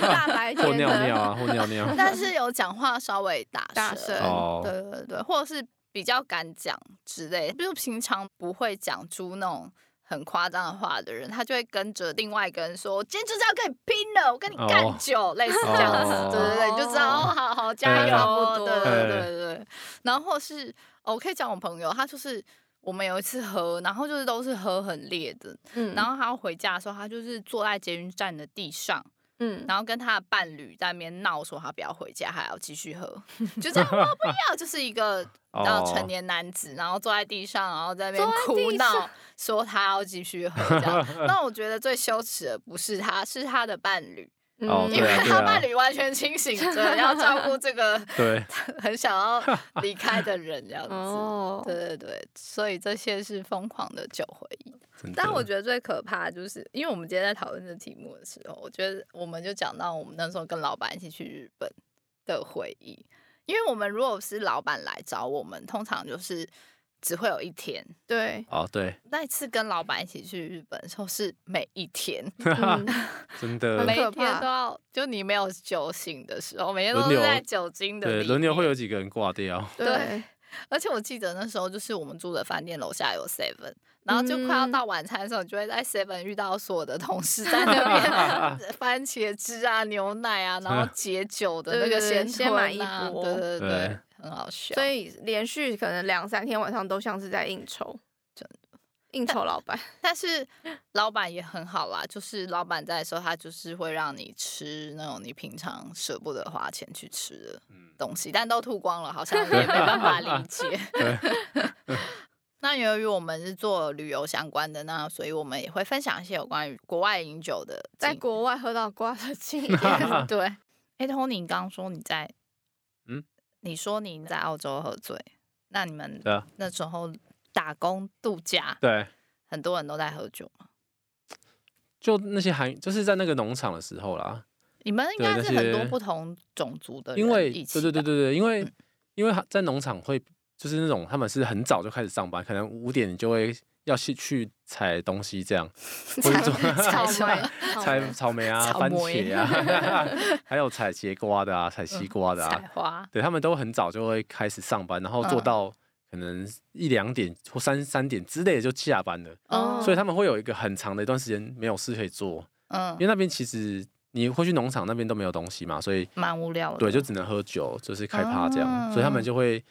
[SPEAKER 1] 大白天
[SPEAKER 3] 或
[SPEAKER 1] 的
[SPEAKER 3] 尿尿啊，或尿尿
[SPEAKER 2] 但是有讲话稍微大声，
[SPEAKER 1] 大声
[SPEAKER 3] 哦
[SPEAKER 2] 对对对，或者是比较敢讲之类，比如平常不会讲出那种很夸张的话的人，他就会跟着另外一个人说：“我今天就是要跟你拼了，我跟你干
[SPEAKER 3] 哦
[SPEAKER 2] 酒。类似这样子，
[SPEAKER 3] 哦
[SPEAKER 2] 对对对，你就知道哦，
[SPEAKER 1] 哦
[SPEAKER 2] 好好加
[SPEAKER 3] 嗯
[SPEAKER 2] 油
[SPEAKER 3] 差
[SPEAKER 1] 不
[SPEAKER 2] 哦，
[SPEAKER 1] 多
[SPEAKER 2] 对对
[SPEAKER 3] 嗯
[SPEAKER 2] 对对对。然后或是、哦我可以讲我朋友，他就是。我们有一次喝，然后就是都是喝很烈的，
[SPEAKER 1] 嗯
[SPEAKER 2] 然后他回家的时候，他就是坐在捷运站的地上，
[SPEAKER 1] 嗯，
[SPEAKER 2] 然后跟他的伴侣在那边闹说他不要回家，还要继续喝， 就这样我 不要，就是一个然
[SPEAKER 3] 哦
[SPEAKER 2] 后成年男子，然后坐在地上，然后在那边
[SPEAKER 1] 哦坐在地
[SPEAKER 2] 哭闹
[SPEAKER 1] 上，
[SPEAKER 2] 说他要继续喝这样。那我觉得最羞耻的不是他，是他的伴侣，
[SPEAKER 1] 嗯
[SPEAKER 3] 哦
[SPEAKER 2] 因
[SPEAKER 3] 对
[SPEAKER 2] 为
[SPEAKER 3] 啊
[SPEAKER 2] 他伴侣完全清醒着，要照顾这个
[SPEAKER 3] 对，
[SPEAKER 2] 很想要离开的人这样子。
[SPEAKER 1] 哦，
[SPEAKER 2] 对对对，所以这些是疯狂的旧回忆。
[SPEAKER 3] 真的
[SPEAKER 2] 但我觉得最可怕的就是，因为我们今天在讨论这题目的时候，我觉得我们就讲到我们那时候跟老板一起去日本的回忆。因为我们如果是老板来找我们，通常就是只会有一天。
[SPEAKER 1] 对，
[SPEAKER 3] 哦对，
[SPEAKER 2] 那一次跟老板一起去日本的时候是每一 天，
[SPEAKER 1] 嗯
[SPEAKER 3] 真
[SPEAKER 1] 很
[SPEAKER 3] 的
[SPEAKER 2] 每一
[SPEAKER 1] 可怕
[SPEAKER 2] 天都要，就你没有酒醒的时候，每天都
[SPEAKER 3] 轮
[SPEAKER 2] 是
[SPEAKER 3] 流
[SPEAKER 2] 在酒精的
[SPEAKER 3] 对
[SPEAKER 2] 里
[SPEAKER 3] 轮流
[SPEAKER 2] 面
[SPEAKER 3] 会有几个人 挂掉，
[SPEAKER 1] 对
[SPEAKER 2] 对，而且我记得那时候就是我们住的饭店楼下有 Seven，然后就快要到晚餐的时候，你就会在 Seven 遇到所有的同事在那边番茄汁啊、牛奶啊，然后解酒的那
[SPEAKER 1] 对
[SPEAKER 2] 个
[SPEAKER 1] 对
[SPEAKER 2] 先
[SPEAKER 1] 对先买
[SPEAKER 2] 吞
[SPEAKER 1] 一
[SPEAKER 2] 啊
[SPEAKER 1] 波
[SPEAKER 2] 对对
[SPEAKER 3] 对，
[SPEAKER 2] 很好笑。
[SPEAKER 1] 所以连续可能两三天晚上都像是在应酬，
[SPEAKER 2] 真
[SPEAKER 1] 的应酬老板，
[SPEAKER 2] 但是老板也很好啦，就是老板在的时候，他就是会让你吃那种你平常舍不得花钱去吃的
[SPEAKER 3] 嗯
[SPEAKER 2] 东西，但都吐光了，好像也没办法理解。 那由于我们是做旅游相关的，那所以我们也会分享一些有关于国外饮酒的
[SPEAKER 1] 在
[SPEAKER 2] 经验。
[SPEAKER 1] 国外喝到挂的 经验，
[SPEAKER 2] 对，哎、t o n y 你刚说你在，
[SPEAKER 3] 嗯，
[SPEAKER 2] 你说你在澳洲喝醉，那你们
[SPEAKER 3] 对啊
[SPEAKER 2] 那时候打工度假，
[SPEAKER 3] 对，
[SPEAKER 2] 很多人都在喝酒嘛？
[SPEAKER 3] 就那些韩就是在那个农场的时候啦，
[SPEAKER 2] 你们应
[SPEAKER 3] 对
[SPEAKER 2] 该
[SPEAKER 3] 那
[SPEAKER 2] 是很多
[SPEAKER 3] 些
[SPEAKER 2] 不同种族的人
[SPEAKER 3] 因为
[SPEAKER 2] 一
[SPEAKER 3] 对
[SPEAKER 2] 起，
[SPEAKER 3] 对对对，对，因为
[SPEAKER 2] 嗯
[SPEAKER 3] 因为在农场会就是那种他们是很早就开始上班，可能五点就会要去去采东西 这样，或者说
[SPEAKER 2] 采什么？
[SPEAKER 3] 采草莓啊、
[SPEAKER 2] 草
[SPEAKER 3] 番
[SPEAKER 2] 莓
[SPEAKER 3] 茄啊， 还有采茄瓜的啊、采西瓜的啊，
[SPEAKER 2] 嗯采花，
[SPEAKER 3] 对他们都很早就会开始上班，然后做
[SPEAKER 2] 嗯
[SPEAKER 3] 到可能一两点或三三点之类的就下班了，
[SPEAKER 1] 哦
[SPEAKER 3] 所以他们会有一个很长的一段时间没有事可以做，
[SPEAKER 2] 嗯
[SPEAKER 3] 因，为那边其实你会去农场那边都没有东西嘛，所以
[SPEAKER 2] 蛮无聊的。哦
[SPEAKER 3] 对，就只能喝酒，就是开趴这样，所以他们就会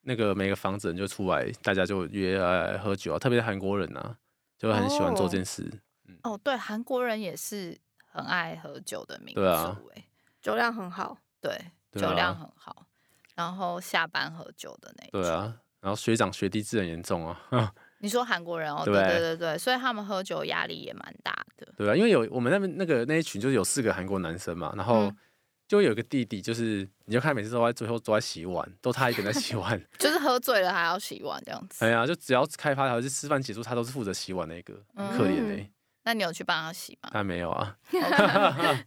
[SPEAKER 3] 那个每个房子人就出来，大家就约来喝酒啊，特别是韩国人啊，就很喜欢做这件事。
[SPEAKER 2] 哦，对，韩国人也是很爱喝酒的民族、
[SPEAKER 3] 对啊
[SPEAKER 2] 欸，
[SPEAKER 1] 酒量很好，
[SPEAKER 2] 对，
[SPEAKER 3] 对
[SPEAKER 2] 酒量
[SPEAKER 3] 啊
[SPEAKER 2] 很好，然后下班喝酒的那一
[SPEAKER 3] 对
[SPEAKER 2] 种。
[SPEAKER 3] 啊，然后学长学弟制很严重啊，
[SPEAKER 2] 你说韩国人哦，对
[SPEAKER 3] 对
[SPEAKER 2] 对对对，所以他们喝酒压力也蛮大的。
[SPEAKER 3] 对啊，因为有我们那边那个那一群就是有四个韩国男生嘛，然后
[SPEAKER 2] 嗯
[SPEAKER 3] 就有一个弟弟，就是你就看每次都在最后都在洗碗，都他一个人在洗 碗，
[SPEAKER 2] 就是喝醉了还要洗碗这样子。
[SPEAKER 3] 哎呀，就只要开趴还是吃饭结束，他都是负责洗碗那一个，很可怜
[SPEAKER 1] 嗯
[SPEAKER 3] 嘞、
[SPEAKER 2] 那你有去帮他洗吗？
[SPEAKER 3] 他没有啊。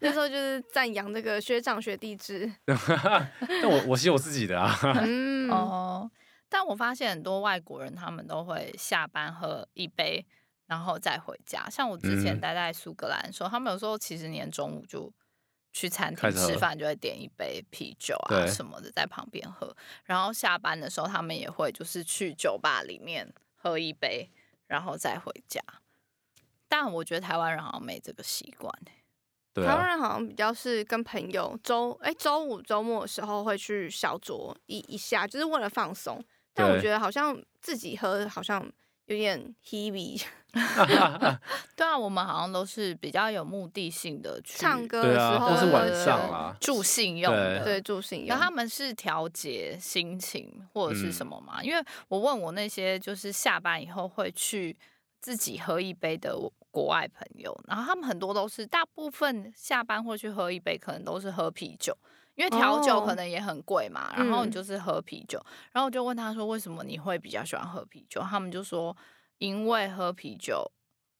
[SPEAKER 1] 那时候就是赞扬这个学长学弟 制，
[SPEAKER 3] 但我我洗我自己的啊，
[SPEAKER 1] 嗯，
[SPEAKER 2] 哦，但我发现很多外国人他们都会下班喝一杯，然后再回家。像我之前
[SPEAKER 3] 嗯
[SPEAKER 2] 待在苏格兰的时候，他们有时候其实连中午就去餐厅
[SPEAKER 3] 开始喝
[SPEAKER 2] 吃饭，就会点一杯啤酒啊
[SPEAKER 3] 对
[SPEAKER 2] 什么的在旁边喝。然后下班的时候，他们也会就是去酒吧里面喝一杯，然后再回家。但我觉得台湾人好像没这个习惯、欸。
[SPEAKER 3] 对
[SPEAKER 1] 台湾
[SPEAKER 3] 啊，
[SPEAKER 1] 人好像比较是跟朋友周哎周五周末的时候会去小酌一一下，就是为了放松。但我
[SPEAKER 3] 对
[SPEAKER 1] 觉得好像自己喝好像有点 heavy，
[SPEAKER 2] 对啊，我们好像都是比较有目的性的去
[SPEAKER 1] 唱歌的
[SPEAKER 3] 对
[SPEAKER 1] 时
[SPEAKER 3] 啊，
[SPEAKER 1] 候
[SPEAKER 3] 或
[SPEAKER 2] 都
[SPEAKER 3] 是晚
[SPEAKER 1] 对
[SPEAKER 3] 上啦，
[SPEAKER 2] 助兴用
[SPEAKER 3] 对啊
[SPEAKER 2] 的，
[SPEAKER 1] 对助兴
[SPEAKER 2] 然
[SPEAKER 1] 用嗯
[SPEAKER 2] 后他们是调节心情或者是什么吗？因为我问我那些就是下班以后会去自己喝一杯的我国外朋友，然后他们很多都是大部分下班会去喝一杯，可能都是喝啤酒。因为调酒
[SPEAKER 1] 哦
[SPEAKER 2] 可能也很贵嘛然后你
[SPEAKER 1] 嗯
[SPEAKER 2] 就是喝啤酒，然后我就问他说为什么你会比较喜欢喝啤酒，他们就说因为喝啤酒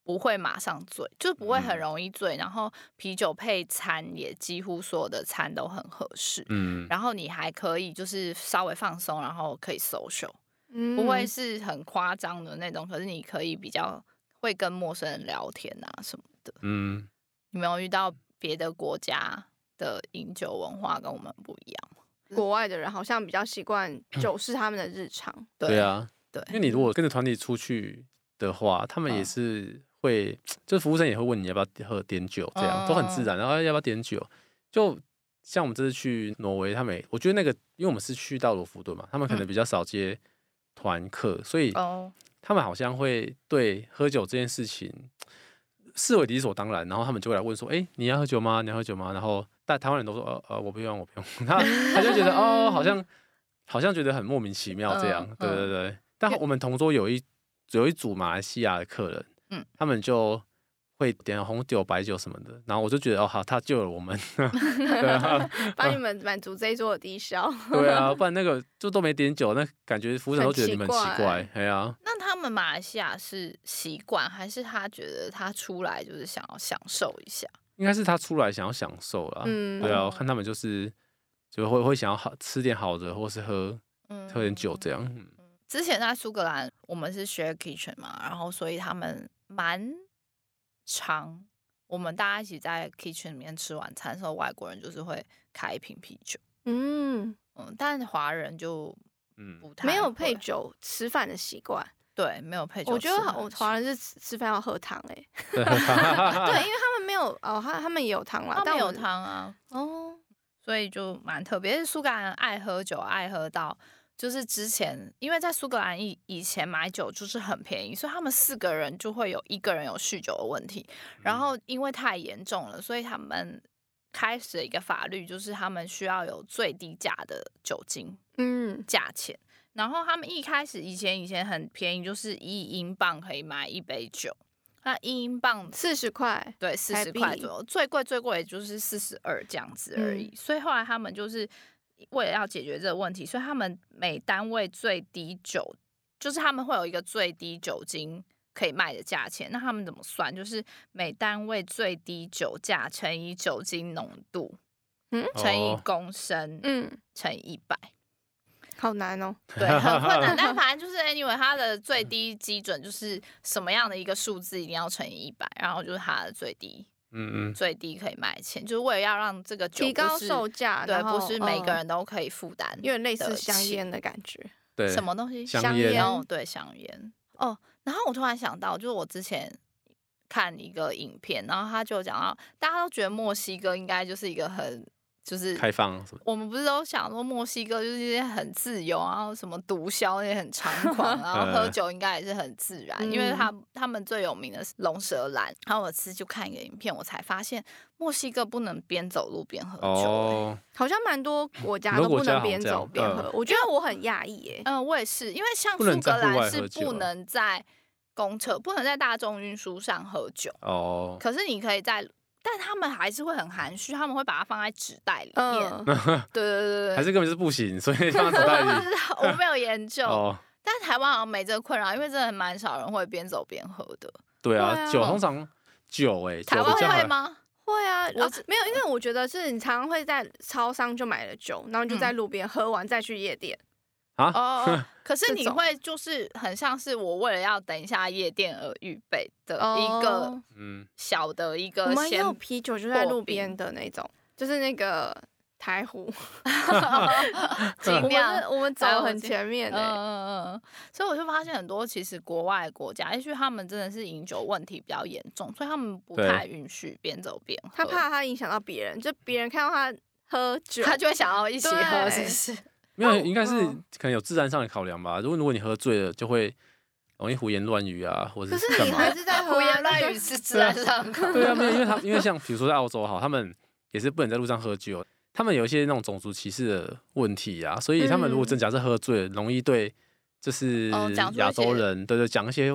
[SPEAKER 2] 不会马上醉，就不会很
[SPEAKER 3] 嗯
[SPEAKER 2] 容易醉，然后啤酒配餐也几乎所有的餐都很合适，
[SPEAKER 3] 嗯，
[SPEAKER 2] 然后你还可以就是稍微放松，然后可以 social，
[SPEAKER 1] 嗯
[SPEAKER 2] 不会是很夸张的那种，可是你可以比较会跟陌生人聊天啊什么的。
[SPEAKER 3] 嗯，
[SPEAKER 2] 你没有遇到别的国家的饮酒文化跟我们不一样吗？
[SPEAKER 1] 国外的人好像比较习惯
[SPEAKER 3] 嗯
[SPEAKER 1] 酒是他们的日常，
[SPEAKER 3] 对，啊，
[SPEAKER 2] 对
[SPEAKER 3] 因为你如果跟着团体出去的话，他们也
[SPEAKER 2] 嗯
[SPEAKER 3] 是会，就是服务生也会问你要不要喝点酒，这样、都很自
[SPEAKER 2] 嗯
[SPEAKER 3] 然。然后哎要不要点酒，就像我们这次去挪威，他们也我觉得那个，因为我们是去到罗浮顿嘛，他们
[SPEAKER 2] 嗯
[SPEAKER 3] 可能比较少接团客，所以
[SPEAKER 2] 哦，
[SPEAKER 3] 他们好像会对喝酒这件事情视为理所当然，然后他们就会来问说，哎、你要喝酒吗？你要喝酒吗？然后但台湾人都说，呃呃，我不用，我不用，他他就觉得哦，好像好像觉得很莫名其妙这样，
[SPEAKER 2] 嗯
[SPEAKER 3] 对对
[SPEAKER 2] 嗯
[SPEAKER 3] 对。但我们同桌有一有一组马来西亚的客人，
[SPEAKER 2] 嗯
[SPEAKER 3] 他们就。会点红酒、白酒什么的，然后我就觉得哦，好，他救了我们， 对啊，
[SPEAKER 1] 帮你们满足这一桌的低消。
[SPEAKER 3] 对啊，不然那个就都没点酒，那感觉服务生
[SPEAKER 1] 很
[SPEAKER 3] 都觉得你们很
[SPEAKER 1] 奇
[SPEAKER 3] 奇
[SPEAKER 1] 怪
[SPEAKER 3] 怪，哎呀，
[SPEAKER 2] 那他们马来西亚是习惯，还是他觉得他出来就是想要享受一下？
[SPEAKER 3] 应该是他出来想要享受啦，
[SPEAKER 1] 嗯
[SPEAKER 3] 对啊，我
[SPEAKER 2] 哦
[SPEAKER 3] 看他们就是就会会想要好吃点好的，或是喝
[SPEAKER 2] 嗯，
[SPEAKER 3] 喝点酒这样。嗯
[SPEAKER 2] 之前在苏格兰，我们是学 kitchen 嘛，然后所以他们蛮常我们大家一起在 kitchen 里面吃晚餐的时候，外国人就是会开一瓶啤酒，
[SPEAKER 1] 嗯，
[SPEAKER 2] 嗯，但华人就
[SPEAKER 3] 嗯，
[SPEAKER 2] 不太
[SPEAKER 1] 没有
[SPEAKER 2] 会
[SPEAKER 1] 配，酒吃饭的习惯。
[SPEAKER 2] 对，没有配酒
[SPEAKER 1] 我
[SPEAKER 2] 吃
[SPEAKER 1] 觉
[SPEAKER 2] 饭的
[SPEAKER 1] 得
[SPEAKER 2] 习惯。
[SPEAKER 1] 我华人是吃吃饭要喝汤哎、对，因
[SPEAKER 3] 对
[SPEAKER 1] 为他们没有哦，他他们也有汤啦，
[SPEAKER 2] 他
[SPEAKER 1] 但
[SPEAKER 2] 们有
[SPEAKER 1] 我
[SPEAKER 2] 汤啊，
[SPEAKER 1] 哦，
[SPEAKER 2] 所以就蛮特别。而且苏格兰人爱喝酒，爱喝到就是之前，因为在苏格兰以以前买酒就是很便宜，所以他们四个人就会有一个人有酗酒的问题。然后因为太严重了，所以他们开始了一个法律，就是他们需要有最低价的酒精
[SPEAKER 1] 嗯，
[SPEAKER 2] 价钱。然后他们一开始以前以前很便宜，就是一英镑可以买一杯酒，那一英镑
[SPEAKER 1] 四十块，
[SPEAKER 2] 对，四
[SPEAKER 1] 台
[SPEAKER 2] 十块
[SPEAKER 1] 币嗯
[SPEAKER 2] 左右，最贵最贵也就是四十二这样子而已。所以后来他们就是为了要解决这个问题，所以他们每单位最低酒，就是他们会有一个最低酒精可以卖的价钱。那他们怎么算？就是每单位最低酒价乘以酒精浓度，
[SPEAKER 1] 嗯
[SPEAKER 2] 乘以
[SPEAKER 3] 哦
[SPEAKER 2] 公升，
[SPEAKER 1] 嗯，
[SPEAKER 2] 乘以一百。
[SPEAKER 1] 好难哦，
[SPEAKER 2] 对，很困难。但反正就是 anyway，它的最低基准就是什么样的一个数字一定要乘以一百，然后就是它的最低
[SPEAKER 3] 嗯嗯，
[SPEAKER 2] 最低可以卖钱，就是为了要让这个酒
[SPEAKER 1] 提
[SPEAKER 2] 不
[SPEAKER 1] 高
[SPEAKER 2] 是
[SPEAKER 1] 售价，
[SPEAKER 2] 对，
[SPEAKER 1] 然后
[SPEAKER 2] 不是每个
[SPEAKER 1] 嗯
[SPEAKER 2] 人都可以负担。
[SPEAKER 1] 有点类似
[SPEAKER 2] 的
[SPEAKER 1] 香
[SPEAKER 2] 钱
[SPEAKER 1] 烟的感觉，
[SPEAKER 3] 对，
[SPEAKER 2] 什么东西？
[SPEAKER 3] 香
[SPEAKER 1] 香烟烟
[SPEAKER 2] 哦，对，香烟。哦，然后我突然想到，就是我之前看一个影片，然后他就讲到，大家都觉得墨西哥应该就是一个很就是
[SPEAKER 3] 开放什么？
[SPEAKER 2] 我们不是都想说墨西哥就是一些很自由，然后什么毒枭那些很 猖狂，然后
[SPEAKER 3] 嗯
[SPEAKER 2] 喝酒应该也是很自然，因为
[SPEAKER 1] 嗯
[SPEAKER 2] 他他们最有名的是龙舌兰。然后我次就看一个影片，我才发现墨西哥不能边走路边喝酒、欸。
[SPEAKER 3] 哦，
[SPEAKER 1] 好像蛮多国家
[SPEAKER 3] 很多
[SPEAKER 1] 都不
[SPEAKER 3] 国家
[SPEAKER 1] 能
[SPEAKER 3] 好像
[SPEAKER 1] 边
[SPEAKER 3] 这样
[SPEAKER 1] 走边喝
[SPEAKER 3] 嗯，
[SPEAKER 1] 我觉得我很讶异耶，
[SPEAKER 2] 嗯、我也是，因为像
[SPEAKER 3] 不
[SPEAKER 2] 苏
[SPEAKER 3] 能
[SPEAKER 2] 格
[SPEAKER 3] 在户
[SPEAKER 2] 兰
[SPEAKER 3] 外
[SPEAKER 2] 是
[SPEAKER 3] 喝酒啊
[SPEAKER 2] 不能在公车、不能在大众运输上喝酒，
[SPEAKER 3] 哦，
[SPEAKER 2] 可是你可以在，但他们还是会很含蓄，他们会把它放在纸袋里面。
[SPEAKER 1] 嗯，
[SPEAKER 2] 对对对对
[SPEAKER 3] 还
[SPEAKER 2] 对。
[SPEAKER 3] 是根本就是不行，所 以放在纸袋里。
[SPEAKER 2] 我没有研究，
[SPEAKER 3] 哦，
[SPEAKER 2] 但台湾好像没这个困扰，因为真的蛮少人会边走边喝的。
[SPEAKER 1] 对
[SPEAKER 3] 对
[SPEAKER 1] 啊
[SPEAKER 3] 啊，酒通常酒哎，
[SPEAKER 2] 台
[SPEAKER 3] 酒
[SPEAKER 2] 湾
[SPEAKER 3] 比较
[SPEAKER 2] 会
[SPEAKER 3] 还？
[SPEAKER 2] 吗？
[SPEAKER 1] 会啊，
[SPEAKER 2] 我
[SPEAKER 1] 我没有，因为我觉得是你常常会在超商就买了酒，然后你就在路边喝完再去夜店，
[SPEAKER 3] 啊，
[SPEAKER 2] 哦，可是你
[SPEAKER 1] 这种
[SPEAKER 2] 会就是很像是我为了要等一下夜店而预备的一个
[SPEAKER 1] 哦
[SPEAKER 3] 嗯，
[SPEAKER 2] 小的一
[SPEAKER 1] 我
[SPEAKER 2] 个
[SPEAKER 1] 们也
[SPEAKER 2] 先
[SPEAKER 1] 有啤酒就在路边的那种，就是那个台 虎，我
[SPEAKER 2] 尽
[SPEAKER 1] 们
[SPEAKER 2] 量
[SPEAKER 1] 是。我们走
[SPEAKER 2] 台
[SPEAKER 1] 得
[SPEAKER 2] 虎
[SPEAKER 1] 很
[SPEAKER 2] 尽
[SPEAKER 1] 前面欸
[SPEAKER 2] 嗯
[SPEAKER 1] 诶、
[SPEAKER 2] 嗯嗯嗯，所以我就发现很多其实国外国家，也许他们真的是饮酒问题比较严重，所以他们不
[SPEAKER 3] 对
[SPEAKER 2] 太允许边走边喝，
[SPEAKER 1] 他怕他影响到别人，就别人看到他喝酒，
[SPEAKER 2] 他就会想要一起喝，
[SPEAKER 1] 对
[SPEAKER 2] 是不是？
[SPEAKER 3] 没
[SPEAKER 2] 哦
[SPEAKER 3] 有，应该是
[SPEAKER 1] 嗯
[SPEAKER 3] 可能有治安上的考量吧。如果如果你喝醉了，就会容易胡言乱语啊，或者
[SPEAKER 1] 可
[SPEAKER 3] 是
[SPEAKER 1] 是
[SPEAKER 3] 干
[SPEAKER 1] 你
[SPEAKER 3] 嘛？
[SPEAKER 1] 还是在喝
[SPEAKER 2] 胡言
[SPEAKER 1] 啊
[SPEAKER 2] 乱语，
[SPEAKER 1] 就是
[SPEAKER 2] 自然上 口。
[SPEAKER 3] 对啊，没有，因为他因为像比如说在澳洲好，他们也是不能在路上喝酒，他们有一些那种种族歧视的问题啊，所以他们如果真假设喝醉了，容易对就是
[SPEAKER 2] 嗯哦讲出一些
[SPEAKER 3] 亚洲人，对对，讲一些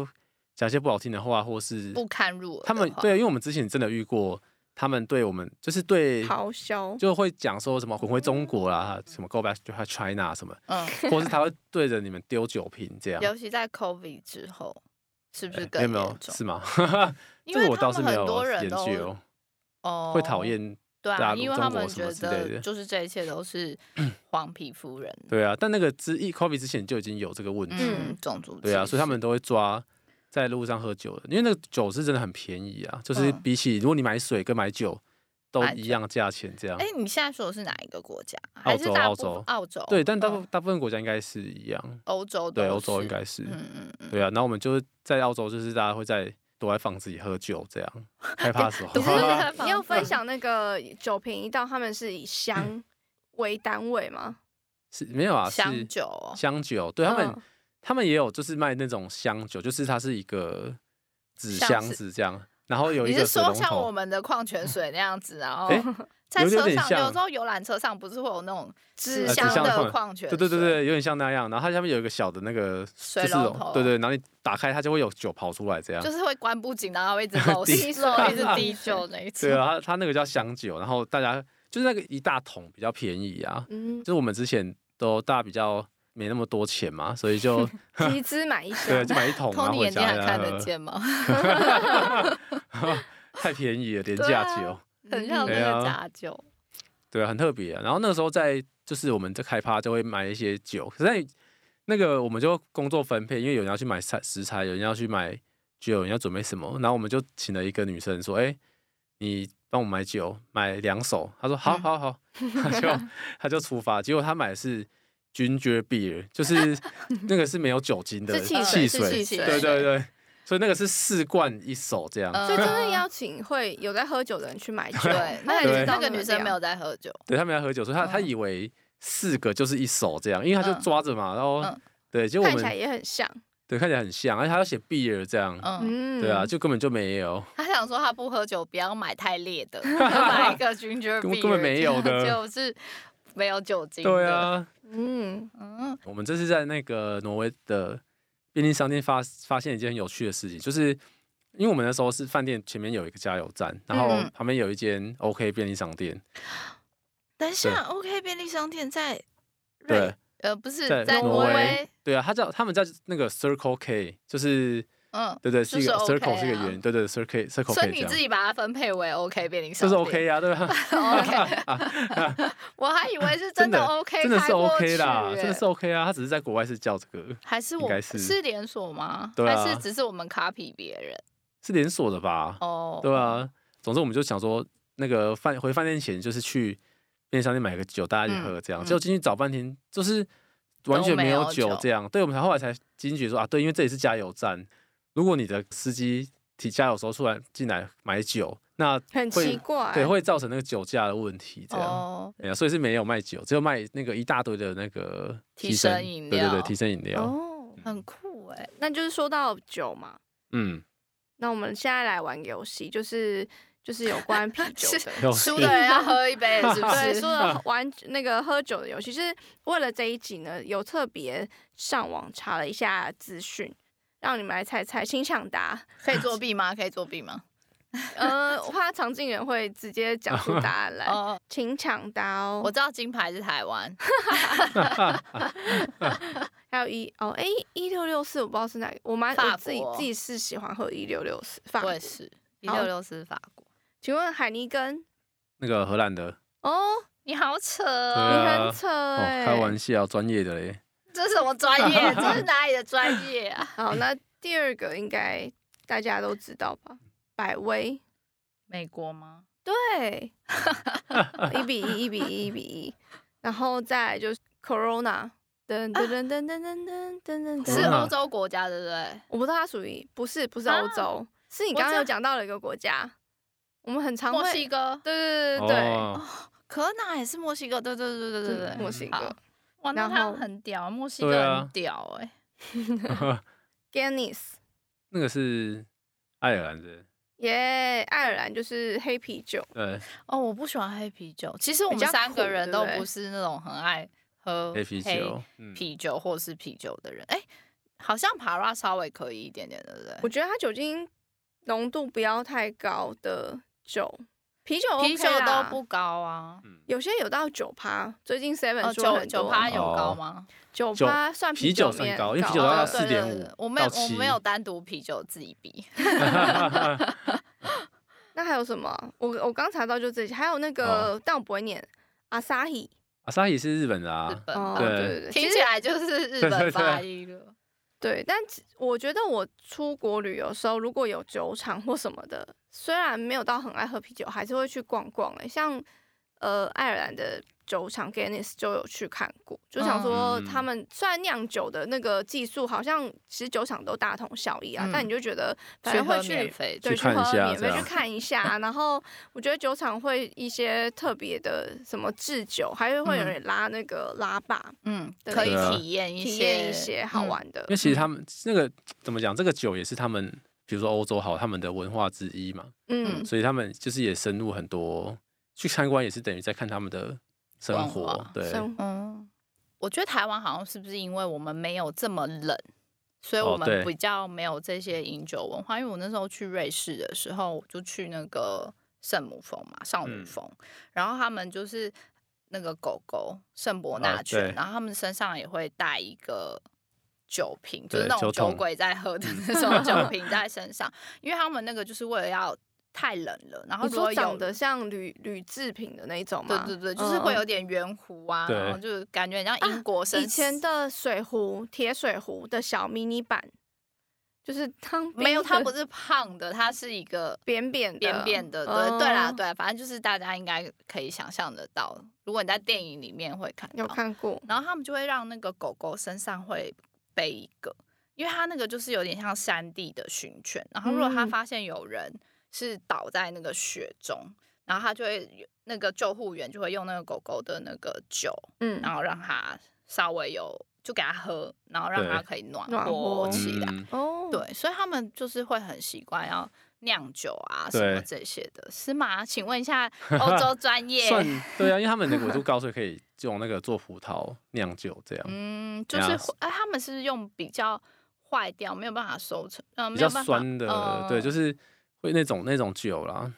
[SPEAKER 3] 讲一些不好听的话，或是
[SPEAKER 2] 不堪入耳的话。
[SPEAKER 3] 他们对，因为我们之前真的遇过，他们对我们就是对。
[SPEAKER 1] 咆哮，
[SPEAKER 3] 就会讲说什么滚回中国啦，什么 go back to China 什么，
[SPEAKER 2] 嗯，
[SPEAKER 3] 或是 他会对着你们丢酒瓶这样，
[SPEAKER 2] 尤其在 COVID 之后，是不是
[SPEAKER 3] 没
[SPEAKER 2] 更
[SPEAKER 3] 有
[SPEAKER 2] 严
[SPEAKER 3] 没有
[SPEAKER 2] 重？
[SPEAKER 3] 是吗？
[SPEAKER 2] 因
[SPEAKER 3] 这
[SPEAKER 2] 为
[SPEAKER 3] 个我
[SPEAKER 2] 他
[SPEAKER 3] 倒是
[SPEAKER 2] 们很
[SPEAKER 3] 没有
[SPEAKER 2] 多人
[SPEAKER 3] 研
[SPEAKER 2] 都
[SPEAKER 3] 究，
[SPEAKER 2] 哦
[SPEAKER 3] 会讨厌
[SPEAKER 2] 对
[SPEAKER 3] 大
[SPEAKER 2] 啊，
[SPEAKER 3] 陆
[SPEAKER 2] 因为
[SPEAKER 3] 中
[SPEAKER 2] 他
[SPEAKER 3] 国
[SPEAKER 2] 们
[SPEAKER 3] 什
[SPEAKER 2] 觉
[SPEAKER 3] 么之类
[SPEAKER 2] 得
[SPEAKER 3] 的
[SPEAKER 2] 就是这一切都是黄皮肤人，
[SPEAKER 3] 对啊，但那个之一 COVID 之前就已经有这个问题，
[SPEAKER 2] 嗯
[SPEAKER 1] 嗯，
[SPEAKER 2] 种族
[SPEAKER 3] 对啊，
[SPEAKER 2] 歧
[SPEAKER 3] 所以他
[SPEAKER 2] 视
[SPEAKER 3] 们都会抓在路上喝酒的，因为那个酒是真的很便宜啊，就是
[SPEAKER 2] 嗯
[SPEAKER 3] 比起如果你买水跟买酒都
[SPEAKER 2] 买
[SPEAKER 3] 一
[SPEAKER 2] 酒
[SPEAKER 3] 样价钱这样。
[SPEAKER 2] 哎，你现在说的是哪一个国家？还是
[SPEAKER 3] 澳洲
[SPEAKER 2] 大部
[SPEAKER 3] 澳
[SPEAKER 2] 分
[SPEAKER 3] 洲
[SPEAKER 2] 澳洲，
[SPEAKER 3] 对，但大部
[SPEAKER 2] 嗯
[SPEAKER 3] 大部分国家应该是一样，
[SPEAKER 2] 欧洲
[SPEAKER 3] 对，
[SPEAKER 2] 都
[SPEAKER 3] 欧洲
[SPEAKER 2] 是
[SPEAKER 3] 应，该是，
[SPEAKER 2] 嗯嗯嗯，
[SPEAKER 3] 对啊。然后我们就是在澳洲，就是大家会在躲在房子里喝酒 这样，害怕的时候，
[SPEAKER 2] 不是在
[SPEAKER 1] 你有
[SPEAKER 2] 房
[SPEAKER 1] 分
[SPEAKER 2] 子
[SPEAKER 1] 享那个酒瓶一到他们是以 香为单位吗？
[SPEAKER 3] 是没有啊，
[SPEAKER 2] 香
[SPEAKER 3] 是
[SPEAKER 2] 酒哦
[SPEAKER 3] 香酒，对他们
[SPEAKER 1] 嗯
[SPEAKER 3] 他们也有就是卖那种香酒，就是它是一个纸
[SPEAKER 2] 像
[SPEAKER 3] 箱
[SPEAKER 2] 是
[SPEAKER 3] 子这样，然后有
[SPEAKER 2] 啊
[SPEAKER 3] 一
[SPEAKER 2] 你
[SPEAKER 3] 个
[SPEAKER 2] 是
[SPEAKER 3] 水
[SPEAKER 2] 说
[SPEAKER 3] 龙
[SPEAKER 2] 像我
[SPEAKER 3] 头，
[SPEAKER 2] 们的矿泉水那样子，然后
[SPEAKER 3] 诶
[SPEAKER 2] 在
[SPEAKER 3] 有点
[SPEAKER 2] 车上，
[SPEAKER 3] 像呃
[SPEAKER 2] 有时候游览车上不是会有那种
[SPEAKER 1] 纸
[SPEAKER 2] 纸箱
[SPEAKER 3] 箱的
[SPEAKER 2] 的
[SPEAKER 3] 矿
[SPEAKER 2] 矿泉
[SPEAKER 3] 对
[SPEAKER 2] 水？
[SPEAKER 3] 对对对，有点像那样。然后它下面有一个小的那个
[SPEAKER 2] 水
[SPEAKER 3] 就是
[SPEAKER 2] 龙
[SPEAKER 3] 龙
[SPEAKER 2] 头
[SPEAKER 3] 对对，然后你打开它就会有酒跑出来这样
[SPEAKER 2] 就。是会关不紧，然后会一直漏
[SPEAKER 1] 滴水
[SPEAKER 2] 漏，一直滴酒那一种。
[SPEAKER 3] 对啊，它它那个叫香酒，然后大家就是那个一大桶比较便宜啊，
[SPEAKER 1] 嗯
[SPEAKER 3] 就，是我们之前都大家比较没那么多钱嘛，所以 就
[SPEAKER 1] 集资买一箱
[SPEAKER 3] 对，就买一桶然后
[SPEAKER 2] Tony
[SPEAKER 3] 回
[SPEAKER 2] 眼睛
[SPEAKER 3] 家
[SPEAKER 2] 还
[SPEAKER 3] 然后
[SPEAKER 2] 看得
[SPEAKER 3] 喝，
[SPEAKER 2] 见吗？
[SPEAKER 3] 太便宜了，廉
[SPEAKER 2] 对
[SPEAKER 3] 价
[SPEAKER 2] 啊
[SPEAKER 3] 酒，
[SPEAKER 2] 很像
[SPEAKER 1] 嗯
[SPEAKER 2] 那
[SPEAKER 3] 对啊
[SPEAKER 2] 个杂酒，
[SPEAKER 3] 对啊，很特别啊。然后那个时候在就是我们在开趴就会买一些酒，可是那个我们就工作分配，因为有人要去买菜食材，有人要去买酒，有人要准备什么，然后我们就请了一个女生说：“哎、你帮我买酒，买两手。”她说：“好，
[SPEAKER 2] 嗯
[SPEAKER 3] 好，好。她就她就出发，结果她买的是 ginger beer，就是 那个是没有酒精的
[SPEAKER 1] 是汽水
[SPEAKER 2] 是汽水
[SPEAKER 3] 对对对，所以那个是四罐一手这样。
[SPEAKER 1] 所以真的
[SPEAKER 2] 嗯
[SPEAKER 1] 要请会有在喝酒的人去买酒，
[SPEAKER 2] 对，
[SPEAKER 1] 那
[SPEAKER 2] 那
[SPEAKER 1] 你
[SPEAKER 3] 对
[SPEAKER 1] 知道
[SPEAKER 2] 那个女生没
[SPEAKER 1] 有
[SPEAKER 2] 有在喝酒，
[SPEAKER 3] 对他们要喝酒，所以他、他
[SPEAKER 2] 嗯
[SPEAKER 3] 以为四个就是一手这样，因为他就
[SPEAKER 2] 嗯
[SPEAKER 3] 抓着嘛，然后、
[SPEAKER 2] 嗯
[SPEAKER 3] 对，结果我
[SPEAKER 1] 看起来
[SPEAKER 3] 们
[SPEAKER 1] 也很像，
[SPEAKER 3] 对看起来很像，而且他要写 beer 这样，
[SPEAKER 2] 嗯，
[SPEAKER 1] 嗯，
[SPEAKER 3] 对啊，就根本就没有，
[SPEAKER 2] 她想说她不喝酒，不要买太烈 的，就买一个 ginger
[SPEAKER 3] 根
[SPEAKER 2] beer，
[SPEAKER 3] 根本没有的
[SPEAKER 2] 就是没有酒精。
[SPEAKER 3] 对，啊，
[SPEAKER 1] 嗯，
[SPEAKER 2] 嗯，
[SPEAKER 3] 我们这次在那个挪威的便利商店发发现一件很有趣的事情，就是因为我们那时候是饭店前面有一个加油站，然后
[SPEAKER 2] 嗯
[SPEAKER 3] 旁边有一间 OK 便利商店，
[SPEAKER 2] 等一下，OK 便利商店在瑞
[SPEAKER 3] 对
[SPEAKER 2] 呃不是
[SPEAKER 3] 在
[SPEAKER 2] 在挪
[SPEAKER 3] 挪威
[SPEAKER 2] 威，
[SPEAKER 3] 对啊，他叫他们叫那个 Circle K，就是
[SPEAKER 2] 嗯，
[SPEAKER 3] 对对
[SPEAKER 2] 就是
[SPEAKER 3] 一个
[SPEAKER 2] OK 啊
[SPEAKER 3] Circle 是一个圆，对对 Circle
[SPEAKER 2] 所
[SPEAKER 3] Circle K
[SPEAKER 2] 以
[SPEAKER 3] 这
[SPEAKER 2] 你
[SPEAKER 3] 样
[SPEAKER 2] 自，己把它分配为 OK 便利
[SPEAKER 3] 这
[SPEAKER 2] 商
[SPEAKER 3] 是
[SPEAKER 2] 店，
[SPEAKER 3] OK 啊，对吧？
[SPEAKER 2] OK，我 还以为是真的
[SPEAKER 3] 真的
[SPEAKER 2] OK，
[SPEAKER 3] 真的是
[SPEAKER 2] 开过
[SPEAKER 3] OK 啦，
[SPEAKER 2] 去
[SPEAKER 3] 真的
[SPEAKER 2] 欸
[SPEAKER 3] 是 OK 啊，他只是在国外是叫这个，
[SPEAKER 2] 还是
[SPEAKER 3] 应
[SPEAKER 2] 我
[SPEAKER 3] 该
[SPEAKER 2] 是
[SPEAKER 3] 是
[SPEAKER 2] 连锁吗？
[SPEAKER 3] 对啊
[SPEAKER 2] 还是只是我们 copy 别人？
[SPEAKER 3] 是连锁的吧？
[SPEAKER 2] 哦，
[SPEAKER 3] 对啊，总之我们就想说，那个饭回饭店前就是去便利商店买个酒，大家一起喝这样。
[SPEAKER 2] 嗯嗯
[SPEAKER 3] 结果进去找半天，就是完全
[SPEAKER 2] 都没
[SPEAKER 3] 没
[SPEAKER 2] 有
[SPEAKER 3] 酒
[SPEAKER 2] 酒
[SPEAKER 3] 这样。对，我们才后来才惊觉说啊，对，因为这里是加油站，如果你的司机提加油的时候突然进来买酒，那
[SPEAKER 1] 很
[SPEAKER 3] 会
[SPEAKER 1] 奇怪，
[SPEAKER 3] 对会造成那个酒驾的问题这样。
[SPEAKER 2] 哦，
[SPEAKER 3] 哎呀，所以是没有卖酒，只有卖那个一大堆的那个
[SPEAKER 2] 提神饮
[SPEAKER 3] 对对
[SPEAKER 2] 料
[SPEAKER 3] 对，提神饮料。
[SPEAKER 1] 哦，
[SPEAKER 2] 很酷哎，
[SPEAKER 1] 那就是说到酒嘛，
[SPEAKER 3] 嗯，
[SPEAKER 1] 那我们现在来玩游戏，就是就是 有关啤酒
[SPEAKER 2] 是
[SPEAKER 1] 的。
[SPEAKER 3] 有
[SPEAKER 2] 输的人 要喝一杯，是不
[SPEAKER 1] 对，
[SPEAKER 2] 是？
[SPEAKER 1] 说了玩那个喝酒的游戏，就是为了这一集呢，有特别上网查了一下资讯，让你们来猜猜，请抢 答。
[SPEAKER 2] 可以作弊吗？可以作弊吗？
[SPEAKER 1] 呃，我怕常进人会直接讲出答案来，
[SPEAKER 2] 哦，
[SPEAKER 1] 请抢答哦。
[SPEAKER 2] 我知道金牌是台湾，
[SPEAKER 1] 还有一哦，哎，一六六四，我不知道是哪个，我蛮
[SPEAKER 2] 法
[SPEAKER 1] 我自己
[SPEAKER 2] 国
[SPEAKER 1] 自己是喜欢喝一六六四法
[SPEAKER 2] 我
[SPEAKER 1] 国
[SPEAKER 2] 也。是一六六是法国。
[SPEAKER 1] 请问海尼根
[SPEAKER 3] 那个荷兰的，
[SPEAKER 1] 哦，
[SPEAKER 2] 你好扯
[SPEAKER 3] 对
[SPEAKER 2] 哦，
[SPEAKER 1] 你
[SPEAKER 3] 啊
[SPEAKER 1] 很扯
[SPEAKER 3] 哦，
[SPEAKER 1] 哎、
[SPEAKER 3] 开玩笑，专业的嘞。
[SPEAKER 2] 这是什么专业？ 这是哪里的专业啊？
[SPEAKER 1] 好，那第二个应该大家都知道吧？百威，
[SPEAKER 2] 美国吗？
[SPEAKER 1] 对， 一比一，一比一，一比一。然后再来就是 Corona，噔噔噔噔噔噔噔噔噔噔，
[SPEAKER 2] 是
[SPEAKER 3] Corona
[SPEAKER 2] 欧洲国家，对不对？
[SPEAKER 1] 我不知道它属于不是不是欧洲，是你刚
[SPEAKER 2] 啊我
[SPEAKER 1] 刚
[SPEAKER 2] 知
[SPEAKER 1] 有讲到了一个国家，我们很常
[SPEAKER 2] 墨
[SPEAKER 1] 会，
[SPEAKER 2] 西
[SPEAKER 1] 对
[SPEAKER 2] 哥，
[SPEAKER 1] 对对对对
[SPEAKER 3] 哦，
[SPEAKER 2] 可那也是墨西哥，对对对对对对
[SPEAKER 1] 对，，墨西
[SPEAKER 2] 好
[SPEAKER 1] 哥
[SPEAKER 2] 哇，那
[SPEAKER 1] 然
[SPEAKER 2] 他
[SPEAKER 1] 后
[SPEAKER 2] 很屌，墨西
[SPEAKER 3] 对
[SPEAKER 2] 哥
[SPEAKER 3] 啊
[SPEAKER 2] 很屌哎、
[SPEAKER 1] ，Guinness，
[SPEAKER 3] 那个是爱尔兰的，
[SPEAKER 1] 耶，爱尔兰就是黑啤酒，
[SPEAKER 3] 对，
[SPEAKER 2] 哦，我不喜欢黑啤酒。其实我
[SPEAKER 1] 比
[SPEAKER 2] 们
[SPEAKER 1] 较
[SPEAKER 2] 三
[SPEAKER 1] 苦
[SPEAKER 2] 个人
[SPEAKER 1] 对
[SPEAKER 2] 都
[SPEAKER 1] 不对
[SPEAKER 2] 不是那种很爱喝
[SPEAKER 3] 黑啤酒，
[SPEAKER 2] 黑
[SPEAKER 3] 嗯，
[SPEAKER 2] 啤酒或是啤酒的人。哎、好像帕拉稍微可以一点点，对
[SPEAKER 1] 我
[SPEAKER 2] 不对？
[SPEAKER 1] 觉得它酒精浓度不要太高的酒，啤酒 OK
[SPEAKER 2] 啤酒都
[SPEAKER 1] 啦
[SPEAKER 2] 不高啊。
[SPEAKER 3] 嗯
[SPEAKER 1] 有些有到九趴，最近 Seven
[SPEAKER 2] 哦，
[SPEAKER 1] 说
[SPEAKER 2] 酒
[SPEAKER 1] 很多
[SPEAKER 2] 酒趴有高
[SPEAKER 3] 哦
[SPEAKER 2] 吗？
[SPEAKER 1] 九
[SPEAKER 3] 酒
[SPEAKER 1] 趴算
[SPEAKER 3] 啤酒
[SPEAKER 1] 酒
[SPEAKER 3] 算
[SPEAKER 1] 面
[SPEAKER 3] 高因为啤酒
[SPEAKER 1] 高
[SPEAKER 3] 都要
[SPEAKER 1] 的
[SPEAKER 3] 到四
[SPEAKER 2] 对对
[SPEAKER 3] 4.5
[SPEAKER 2] 对我没有，
[SPEAKER 3] 到
[SPEAKER 2] 我没
[SPEAKER 3] 7
[SPEAKER 2] 有单独啤酒自己比。
[SPEAKER 1] 那还有什么？我我刚查到就这些，还有那个，
[SPEAKER 3] 嗯
[SPEAKER 1] 但我不会念阿萨希。
[SPEAKER 3] 阿萨也啊是日本的
[SPEAKER 2] 日
[SPEAKER 3] 啊，
[SPEAKER 2] 本
[SPEAKER 1] 哦，
[SPEAKER 2] 的
[SPEAKER 1] 对
[SPEAKER 3] 对
[SPEAKER 1] 对对，
[SPEAKER 2] 听
[SPEAKER 1] 其
[SPEAKER 2] 起
[SPEAKER 1] 实
[SPEAKER 2] 来就是日
[SPEAKER 3] 对对
[SPEAKER 2] 本
[SPEAKER 3] 对
[SPEAKER 2] 发音了。
[SPEAKER 1] 对，但其我觉得我出国旅游的时候，如果有酒厂或什么的，虽然没有到很爱喝啤酒，还是会去逛逛、欸。像呃爱尔兰的酒厂 Guinness 就有去看过，就想说
[SPEAKER 3] 嗯
[SPEAKER 1] 他们虽然酿酒的那个技术好像其实酒厂都大同小异啊，
[SPEAKER 2] 嗯
[SPEAKER 1] 但你就觉得反正会
[SPEAKER 2] 喝免
[SPEAKER 1] 去
[SPEAKER 2] 费酒
[SPEAKER 1] 对，
[SPEAKER 3] 去看一
[SPEAKER 1] 喝
[SPEAKER 3] 下
[SPEAKER 1] 免
[SPEAKER 3] 这
[SPEAKER 1] 费去
[SPEAKER 3] 样
[SPEAKER 1] 看一下。啊然后我觉得酒厂会一些特别的什么制酒，还是会有
[SPEAKER 2] 嗯
[SPEAKER 1] 人拉那个拉霸，
[SPEAKER 2] 嗯，
[SPEAKER 1] 对
[SPEAKER 2] 可以
[SPEAKER 3] 对啊
[SPEAKER 2] 体验一些
[SPEAKER 1] 体验一些好
[SPEAKER 2] 嗯
[SPEAKER 1] 玩的
[SPEAKER 3] 因为。其实他们那个怎么讲，这个酒也是他们比如说欧洲好，他们的文化之一嘛，
[SPEAKER 1] 嗯，
[SPEAKER 3] 所以他们就是也深入很多去参观，也是等于在看他们的生
[SPEAKER 2] 文
[SPEAKER 3] 活
[SPEAKER 2] 化。
[SPEAKER 3] 对，
[SPEAKER 1] 生
[SPEAKER 2] 嗯，我觉得台湾好像是不是因为我们没有这么冷，所以
[SPEAKER 3] 哦
[SPEAKER 2] 我们
[SPEAKER 3] 对
[SPEAKER 2] 比较没有这些饮酒文化。因为我那时候去瑞士的时候，我就去那个圣母峰嘛，少女
[SPEAKER 3] 嗯
[SPEAKER 2] 峰，然后他们就是那个狗狗圣伯纳
[SPEAKER 3] 哦
[SPEAKER 2] 犬，
[SPEAKER 3] 对
[SPEAKER 2] 然后他们身上也会带一个。酒瓶就是
[SPEAKER 3] 对
[SPEAKER 2] 那种
[SPEAKER 3] 酒
[SPEAKER 2] 酒
[SPEAKER 3] 桶嗯
[SPEAKER 2] 鬼在喝的那种 酒瓶在身上，因为他们那个就是为了要太冷了，然后
[SPEAKER 1] 你
[SPEAKER 2] 如
[SPEAKER 1] 说
[SPEAKER 2] 果有
[SPEAKER 1] 长得像铝铝制品的那一种吗？
[SPEAKER 2] 对对对，就是
[SPEAKER 1] 嗯
[SPEAKER 2] 会有
[SPEAKER 1] 嗯
[SPEAKER 2] 点圆弧啊，
[SPEAKER 3] 对
[SPEAKER 2] 然后就是感觉很像英国绅士。
[SPEAKER 1] 以前的水壶，铁水壶的小迷你版，就是汤
[SPEAKER 2] 没有，它不
[SPEAKER 1] 是
[SPEAKER 2] 是胖的，它是一个
[SPEAKER 1] 扁扁的哦
[SPEAKER 2] 扁扁的。对对啦，，对，反正就是大家应该可以想象得到，如果你在电影里面会看
[SPEAKER 1] 哦有
[SPEAKER 2] 到。
[SPEAKER 1] 看过，
[SPEAKER 2] 然后他们就会让那个狗狗身上会背一个，因为它那个就是有点像山地的训犬。然后如果它
[SPEAKER 1] 嗯
[SPEAKER 2] 发现有人是倒在那个雪中，然后它就会那个救护员就会用那个狗狗的那个酒，
[SPEAKER 1] 嗯，
[SPEAKER 2] 然后让它稍微有就给它喝，然后让
[SPEAKER 3] 对
[SPEAKER 2] 它可以暖
[SPEAKER 1] 暖
[SPEAKER 2] 和
[SPEAKER 1] 和
[SPEAKER 2] 起来。
[SPEAKER 3] 嗯，
[SPEAKER 1] 哦，
[SPEAKER 2] 对，所以他们就是会很习惯要酿酒啊什么
[SPEAKER 3] 对
[SPEAKER 2] 这些的。司马，请问一 下欧洲专业？
[SPEAKER 3] 算对啊，因为 他们的纬度高，所以可以用那个做葡萄酿酒这样。
[SPEAKER 2] 嗯，就
[SPEAKER 3] 怎
[SPEAKER 2] 是
[SPEAKER 3] 样
[SPEAKER 2] 会哎、他们是用比较坏掉，没有办法收成，嗯、呃，嗯
[SPEAKER 3] 比
[SPEAKER 2] 没
[SPEAKER 3] 较
[SPEAKER 2] 有办法呃
[SPEAKER 3] 酸的，对，就是是会那种那种酒啦，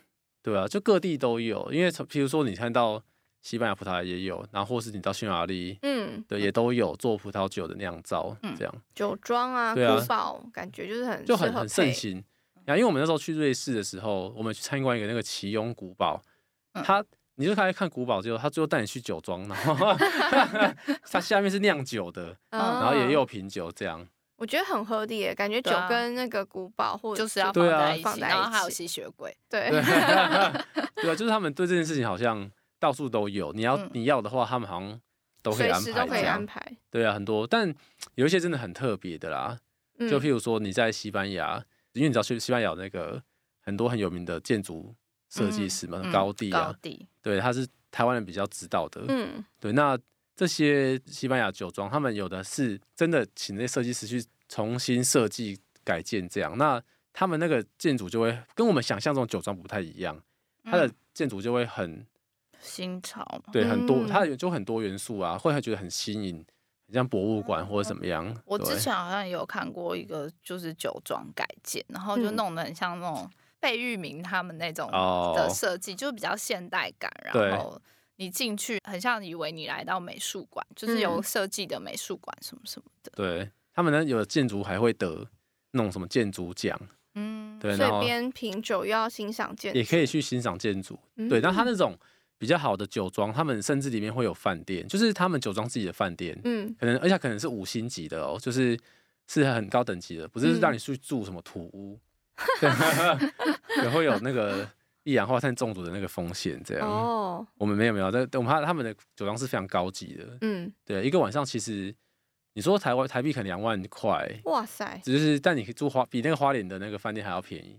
[SPEAKER 3] 对啊，就各地都有，因为从譬如说你看到西班牙葡萄牙也有，然后或是你到匈牙利，
[SPEAKER 1] 嗯，
[SPEAKER 3] 对，也都有做葡萄酒的酿造，
[SPEAKER 2] 嗯
[SPEAKER 3] 这样
[SPEAKER 1] 酒庄啊，
[SPEAKER 3] 对啊
[SPEAKER 1] 古堡，感觉就是很
[SPEAKER 3] 就
[SPEAKER 1] 适
[SPEAKER 3] 很
[SPEAKER 1] 合
[SPEAKER 3] 很盛
[SPEAKER 1] 配，
[SPEAKER 3] 行。然后、因为我们那时候去瑞士的时候，我们去参观一个那个奇庸古堡，
[SPEAKER 2] 嗯
[SPEAKER 3] 它你就开始看古堡之后，它最后带你去酒庄，然后 它下面是酿酒的，啊然后也
[SPEAKER 1] 嗯
[SPEAKER 3] 有品酒这样。
[SPEAKER 1] 我觉得很合理耶，感觉酒
[SPEAKER 2] 对啊
[SPEAKER 1] 跟那个古堡或者
[SPEAKER 2] 就是要放
[SPEAKER 3] 对啊
[SPEAKER 2] 在一
[SPEAKER 1] 放
[SPEAKER 2] 起，
[SPEAKER 1] 在
[SPEAKER 2] 然
[SPEAKER 1] 一
[SPEAKER 2] 后还有
[SPEAKER 1] 起
[SPEAKER 2] 吸血鬼。
[SPEAKER 1] 对
[SPEAKER 3] 对，对啊，就是他们对这件事情好像到处都有，你要、
[SPEAKER 2] 嗯
[SPEAKER 3] 你要的话，他们好像都可以
[SPEAKER 1] 随
[SPEAKER 3] 安
[SPEAKER 1] 时都
[SPEAKER 3] 排
[SPEAKER 1] 可
[SPEAKER 3] 这
[SPEAKER 1] 以安
[SPEAKER 3] 样。
[SPEAKER 1] 排，
[SPEAKER 3] 对啊，很多，但有一些真的很特别的啦，
[SPEAKER 1] 嗯
[SPEAKER 3] 就譬如说你在西班牙，因为你知道去西班牙有那个很多很有名的建筑设计
[SPEAKER 2] 嗯
[SPEAKER 3] 师嘛，
[SPEAKER 2] 嗯
[SPEAKER 3] 高地
[SPEAKER 2] 高
[SPEAKER 3] 啊，
[SPEAKER 2] 地，
[SPEAKER 3] 对，他是台湾人比较知道的。
[SPEAKER 1] 嗯，
[SPEAKER 3] 对，那这些西班牙酒庄，他们有的是真的请那些设计师去重新设计改建这样，那他们那个建筑就会跟我们想象中的酒庄不太一样。它的
[SPEAKER 2] 嗯
[SPEAKER 3] 建筑就会很
[SPEAKER 2] 新潮嘛。
[SPEAKER 3] 对很多，
[SPEAKER 1] 嗯
[SPEAKER 3] 它有就很多元素啊，会觉得很新颖，很像博物馆或者怎么样。
[SPEAKER 2] 嗯我
[SPEAKER 3] 对
[SPEAKER 2] 之前好像也有看过一个，就是酒庄改建，然后就
[SPEAKER 1] 嗯
[SPEAKER 2] 弄得很像那种贝聿铭他们那种的
[SPEAKER 3] 哦，
[SPEAKER 2] 设计，就比较现代感。
[SPEAKER 3] 对
[SPEAKER 2] 然后你进去，很像以为你来到美术馆，就是有
[SPEAKER 1] 嗯
[SPEAKER 2] 设计的美术馆什么什么的。
[SPEAKER 3] 对他们呢，有的建筑还会得那种什么建筑奖，
[SPEAKER 2] 嗯，
[SPEAKER 3] 对，
[SPEAKER 1] 所
[SPEAKER 3] 然
[SPEAKER 1] 以
[SPEAKER 3] 后
[SPEAKER 1] 边品酒又要欣赏建
[SPEAKER 3] 也
[SPEAKER 1] 筑，
[SPEAKER 3] 可以去欣赏建筑。
[SPEAKER 2] 嗯
[SPEAKER 3] 对，那他那种比较好的酒庄，他们甚至里面会有饭店，就是他们酒庄自己的饭店，
[SPEAKER 1] 嗯
[SPEAKER 3] 可能而且可能是五星级的哦，就是是很高等级的，不是让
[SPEAKER 1] 嗯
[SPEAKER 3] 你去住什么土屋， 对，也会有那个一氧化碳中毒的那个风险这样。
[SPEAKER 1] 哦，
[SPEAKER 3] 我们没有没有，但但我们他他们的酒庄是非常高级的，
[SPEAKER 1] 嗯，
[SPEAKER 3] 对，一个晚上其实你说台湾台币可能两万块，
[SPEAKER 1] 哇塞，
[SPEAKER 3] 只是但你可以住花比那个花莲的那个饭店还要便宜，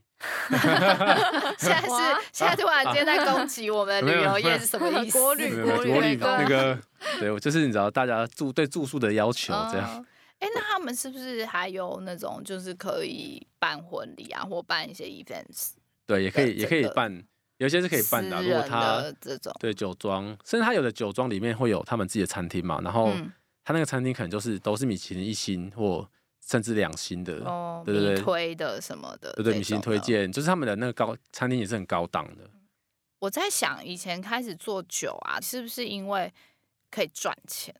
[SPEAKER 2] 现在
[SPEAKER 1] 哇
[SPEAKER 2] 是现在突然间在攻击我 们的旅游业是什么 意思？嗯
[SPEAKER 1] 国旅
[SPEAKER 3] 没有
[SPEAKER 1] 国
[SPEAKER 3] 没
[SPEAKER 1] 旅那
[SPEAKER 3] 有国
[SPEAKER 1] 个
[SPEAKER 3] 那个， 对，我就是你知道大家住对住宿的要求这样，
[SPEAKER 2] 嗯。哎、那他们是不是还有那种就是可以办婚礼啊，或办一些 events，
[SPEAKER 3] 对，也可以也可以
[SPEAKER 2] 这个
[SPEAKER 3] 办，有一些是可以办的啊、
[SPEAKER 2] 私
[SPEAKER 3] 如果
[SPEAKER 2] 人
[SPEAKER 3] 他
[SPEAKER 2] 的这种，
[SPEAKER 3] 对酒庄，甚至他有的酒庄里面会有他们自己的餐厅嘛，然后
[SPEAKER 2] 嗯，
[SPEAKER 3] 他那个餐厅可能就是都是米其林一星或甚至两星的，
[SPEAKER 2] 哦，
[SPEAKER 3] 对对对
[SPEAKER 2] 米推的什么的，
[SPEAKER 3] 对对，米其林推。荐，就是他们的那个高餐厅也是很高档的，
[SPEAKER 2] 我在想，以前开始做酒啊，是不是因为可以赚钱？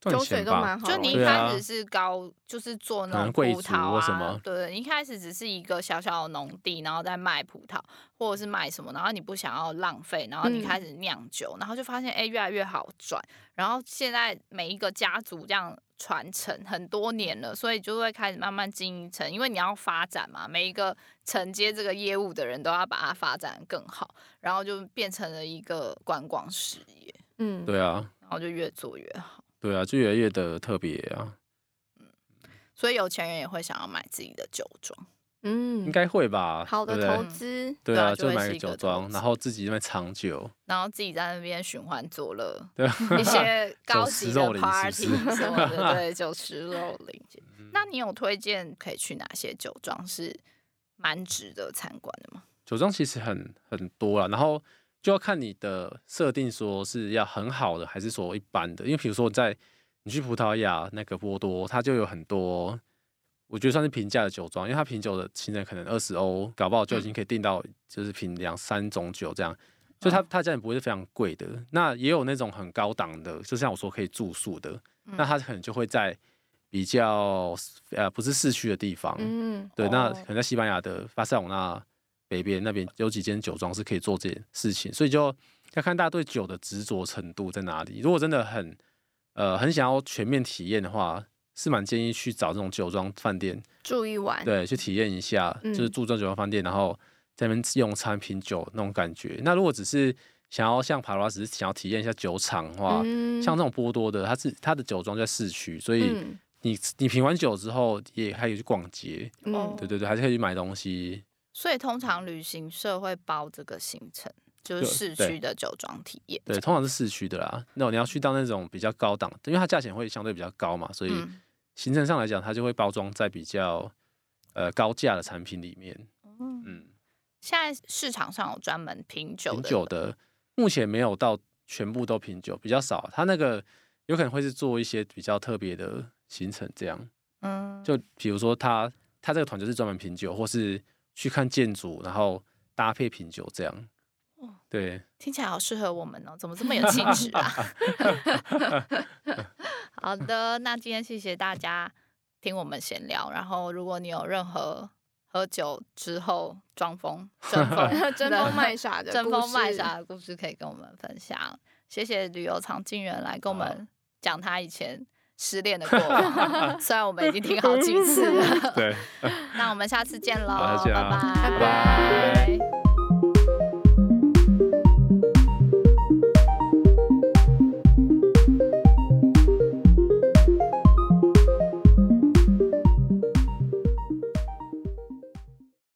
[SPEAKER 3] 赚
[SPEAKER 1] 酒水
[SPEAKER 3] 钱
[SPEAKER 1] 都
[SPEAKER 3] 吧
[SPEAKER 1] 蛮，好
[SPEAKER 2] 就
[SPEAKER 1] 的，
[SPEAKER 2] 你一
[SPEAKER 3] 对
[SPEAKER 2] 开
[SPEAKER 3] 啊
[SPEAKER 2] 始是高，就是做那
[SPEAKER 3] 可
[SPEAKER 2] 种
[SPEAKER 3] 能贵
[SPEAKER 2] 葡
[SPEAKER 3] 族
[SPEAKER 2] 萄
[SPEAKER 3] 或
[SPEAKER 2] 啊，
[SPEAKER 3] 什么
[SPEAKER 2] 对，你一开始只是一个小小的农地，然后再卖葡萄或者是卖什么，然后你不想要浪费，然后你
[SPEAKER 1] 嗯
[SPEAKER 2] 开始酿酒，然后就发现哎、越来越好赚，然后现在每一个家族这样传承很多年了，所以就会开始慢慢经营成，因为你要发展嘛，每一个承接这个业务的人都要把它发展得更好，然后就变成了一个观光事业，
[SPEAKER 1] 嗯，
[SPEAKER 3] 对啊，
[SPEAKER 2] 然后就越做越好。
[SPEAKER 3] 对啊，就越来越的特别啊，
[SPEAKER 2] 所以有钱人也会想要买自己的酒庄。
[SPEAKER 1] 嗯
[SPEAKER 3] 应，该会吧，
[SPEAKER 1] 好的
[SPEAKER 3] 对不对
[SPEAKER 1] 投资，
[SPEAKER 3] 对
[SPEAKER 2] 对啊
[SPEAKER 3] 啊，
[SPEAKER 2] 就
[SPEAKER 3] 就
[SPEAKER 2] 会
[SPEAKER 3] 买
[SPEAKER 2] 是
[SPEAKER 3] 个
[SPEAKER 2] 一个
[SPEAKER 3] 酒
[SPEAKER 2] 投
[SPEAKER 3] 庄，
[SPEAKER 2] 资
[SPEAKER 3] 然后自己在那边藏酒，
[SPEAKER 2] 然后自己在那边寻欢作乐，
[SPEAKER 3] 对啊，
[SPEAKER 2] 一些高
[SPEAKER 3] 酒池
[SPEAKER 2] 级
[SPEAKER 3] 肉
[SPEAKER 2] 的
[SPEAKER 3] 林
[SPEAKER 2] party
[SPEAKER 3] 是不是
[SPEAKER 2] 什么 的，对，酒池肉林。那你有推荐可以去哪些酒庄是蛮值得参观的嘛。
[SPEAKER 3] 酒庄其实很很多啦，然后就要看你的设定，说是要很好的还是说一般的。因为比如说在你去葡萄牙那个波多，它就有很多我觉得算是平价的酒庄，因为它品酒的行程可能二十欧，搞不好就已经可以订到就是品两三种酒这样。就它它价钱不会是非常贵的，那也有那种很高档的，就像我说可以住宿的，那它可能就会在比较呃不是市区的地方，
[SPEAKER 1] 嗯，
[SPEAKER 3] 对，那
[SPEAKER 2] 哦
[SPEAKER 3] 可能在西班牙的巴塞隆那北边那边有几间酒庄是可以做这件事情，所以就要看大家对酒的执着程度在哪里。如果真的很呃很想要全面体验的话，是蛮建议去找这种酒庄饭店，
[SPEAKER 1] 住一晚，
[SPEAKER 3] 对，去体验一下，就是
[SPEAKER 1] 啊嗯
[SPEAKER 3] 住这种酒庄饭店，然后在那边用餐品酒那种感觉。那如果只是想要像帕拉，只是想要体验一下酒厂的话，
[SPEAKER 1] 嗯，
[SPEAKER 3] 像这种波多的，它是它的酒庄在市区，所以
[SPEAKER 1] 嗯
[SPEAKER 3] 你你品完酒之后也还可以去逛街。
[SPEAKER 1] 嗯
[SPEAKER 3] 对对对，还是可以去买东西。
[SPEAKER 2] 哦所以通常旅行社会包这个行程，就是
[SPEAKER 3] 就
[SPEAKER 2] 市
[SPEAKER 3] 对
[SPEAKER 2] 区的酒庄体验。
[SPEAKER 3] 对，通常是市区的啦。那你要去到那种比较高档，因为它价钱会相对比较高嘛，所以
[SPEAKER 2] 嗯，
[SPEAKER 3] 行程上来讲，它就会包装在比较呃高价的产品里面。嗯，
[SPEAKER 2] 现在市场上有专门品酒
[SPEAKER 3] 品
[SPEAKER 2] 的，
[SPEAKER 3] 酒的目前没有到全部都品酒，比较少。它那个有可能会是做一些比较特别的行程，这样
[SPEAKER 2] 嗯，
[SPEAKER 3] 就比如说他他这个团就是专门品酒，或是去看建筑，然后搭配品酒这样
[SPEAKER 2] 哇。
[SPEAKER 3] 对，
[SPEAKER 2] 听起来好适合我们哦，怎么这么有气质啊？ 好的，那今天谢谢大家听我们闲聊，然后如果你有任何喝酒之后装疯、争风
[SPEAKER 1] 争风卖傻的
[SPEAKER 2] 争风
[SPEAKER 1] 故事
[SPEAKER 2] 卖傻的故事可以跟我们分享。谢谢旅游常进人来跟我们讲他以前失恋的过往，虽然我们已经听 好几次了。
[SPEAKER 3] 对，
[SPEAKER 2] 那我们下次见喽，
[SPEAKER 3] 好大家
[SPEAKER 2] 拜
[SPEAKER 1] 拜
[SPEAKER 3] 拜
[SPEAKER 2] 拜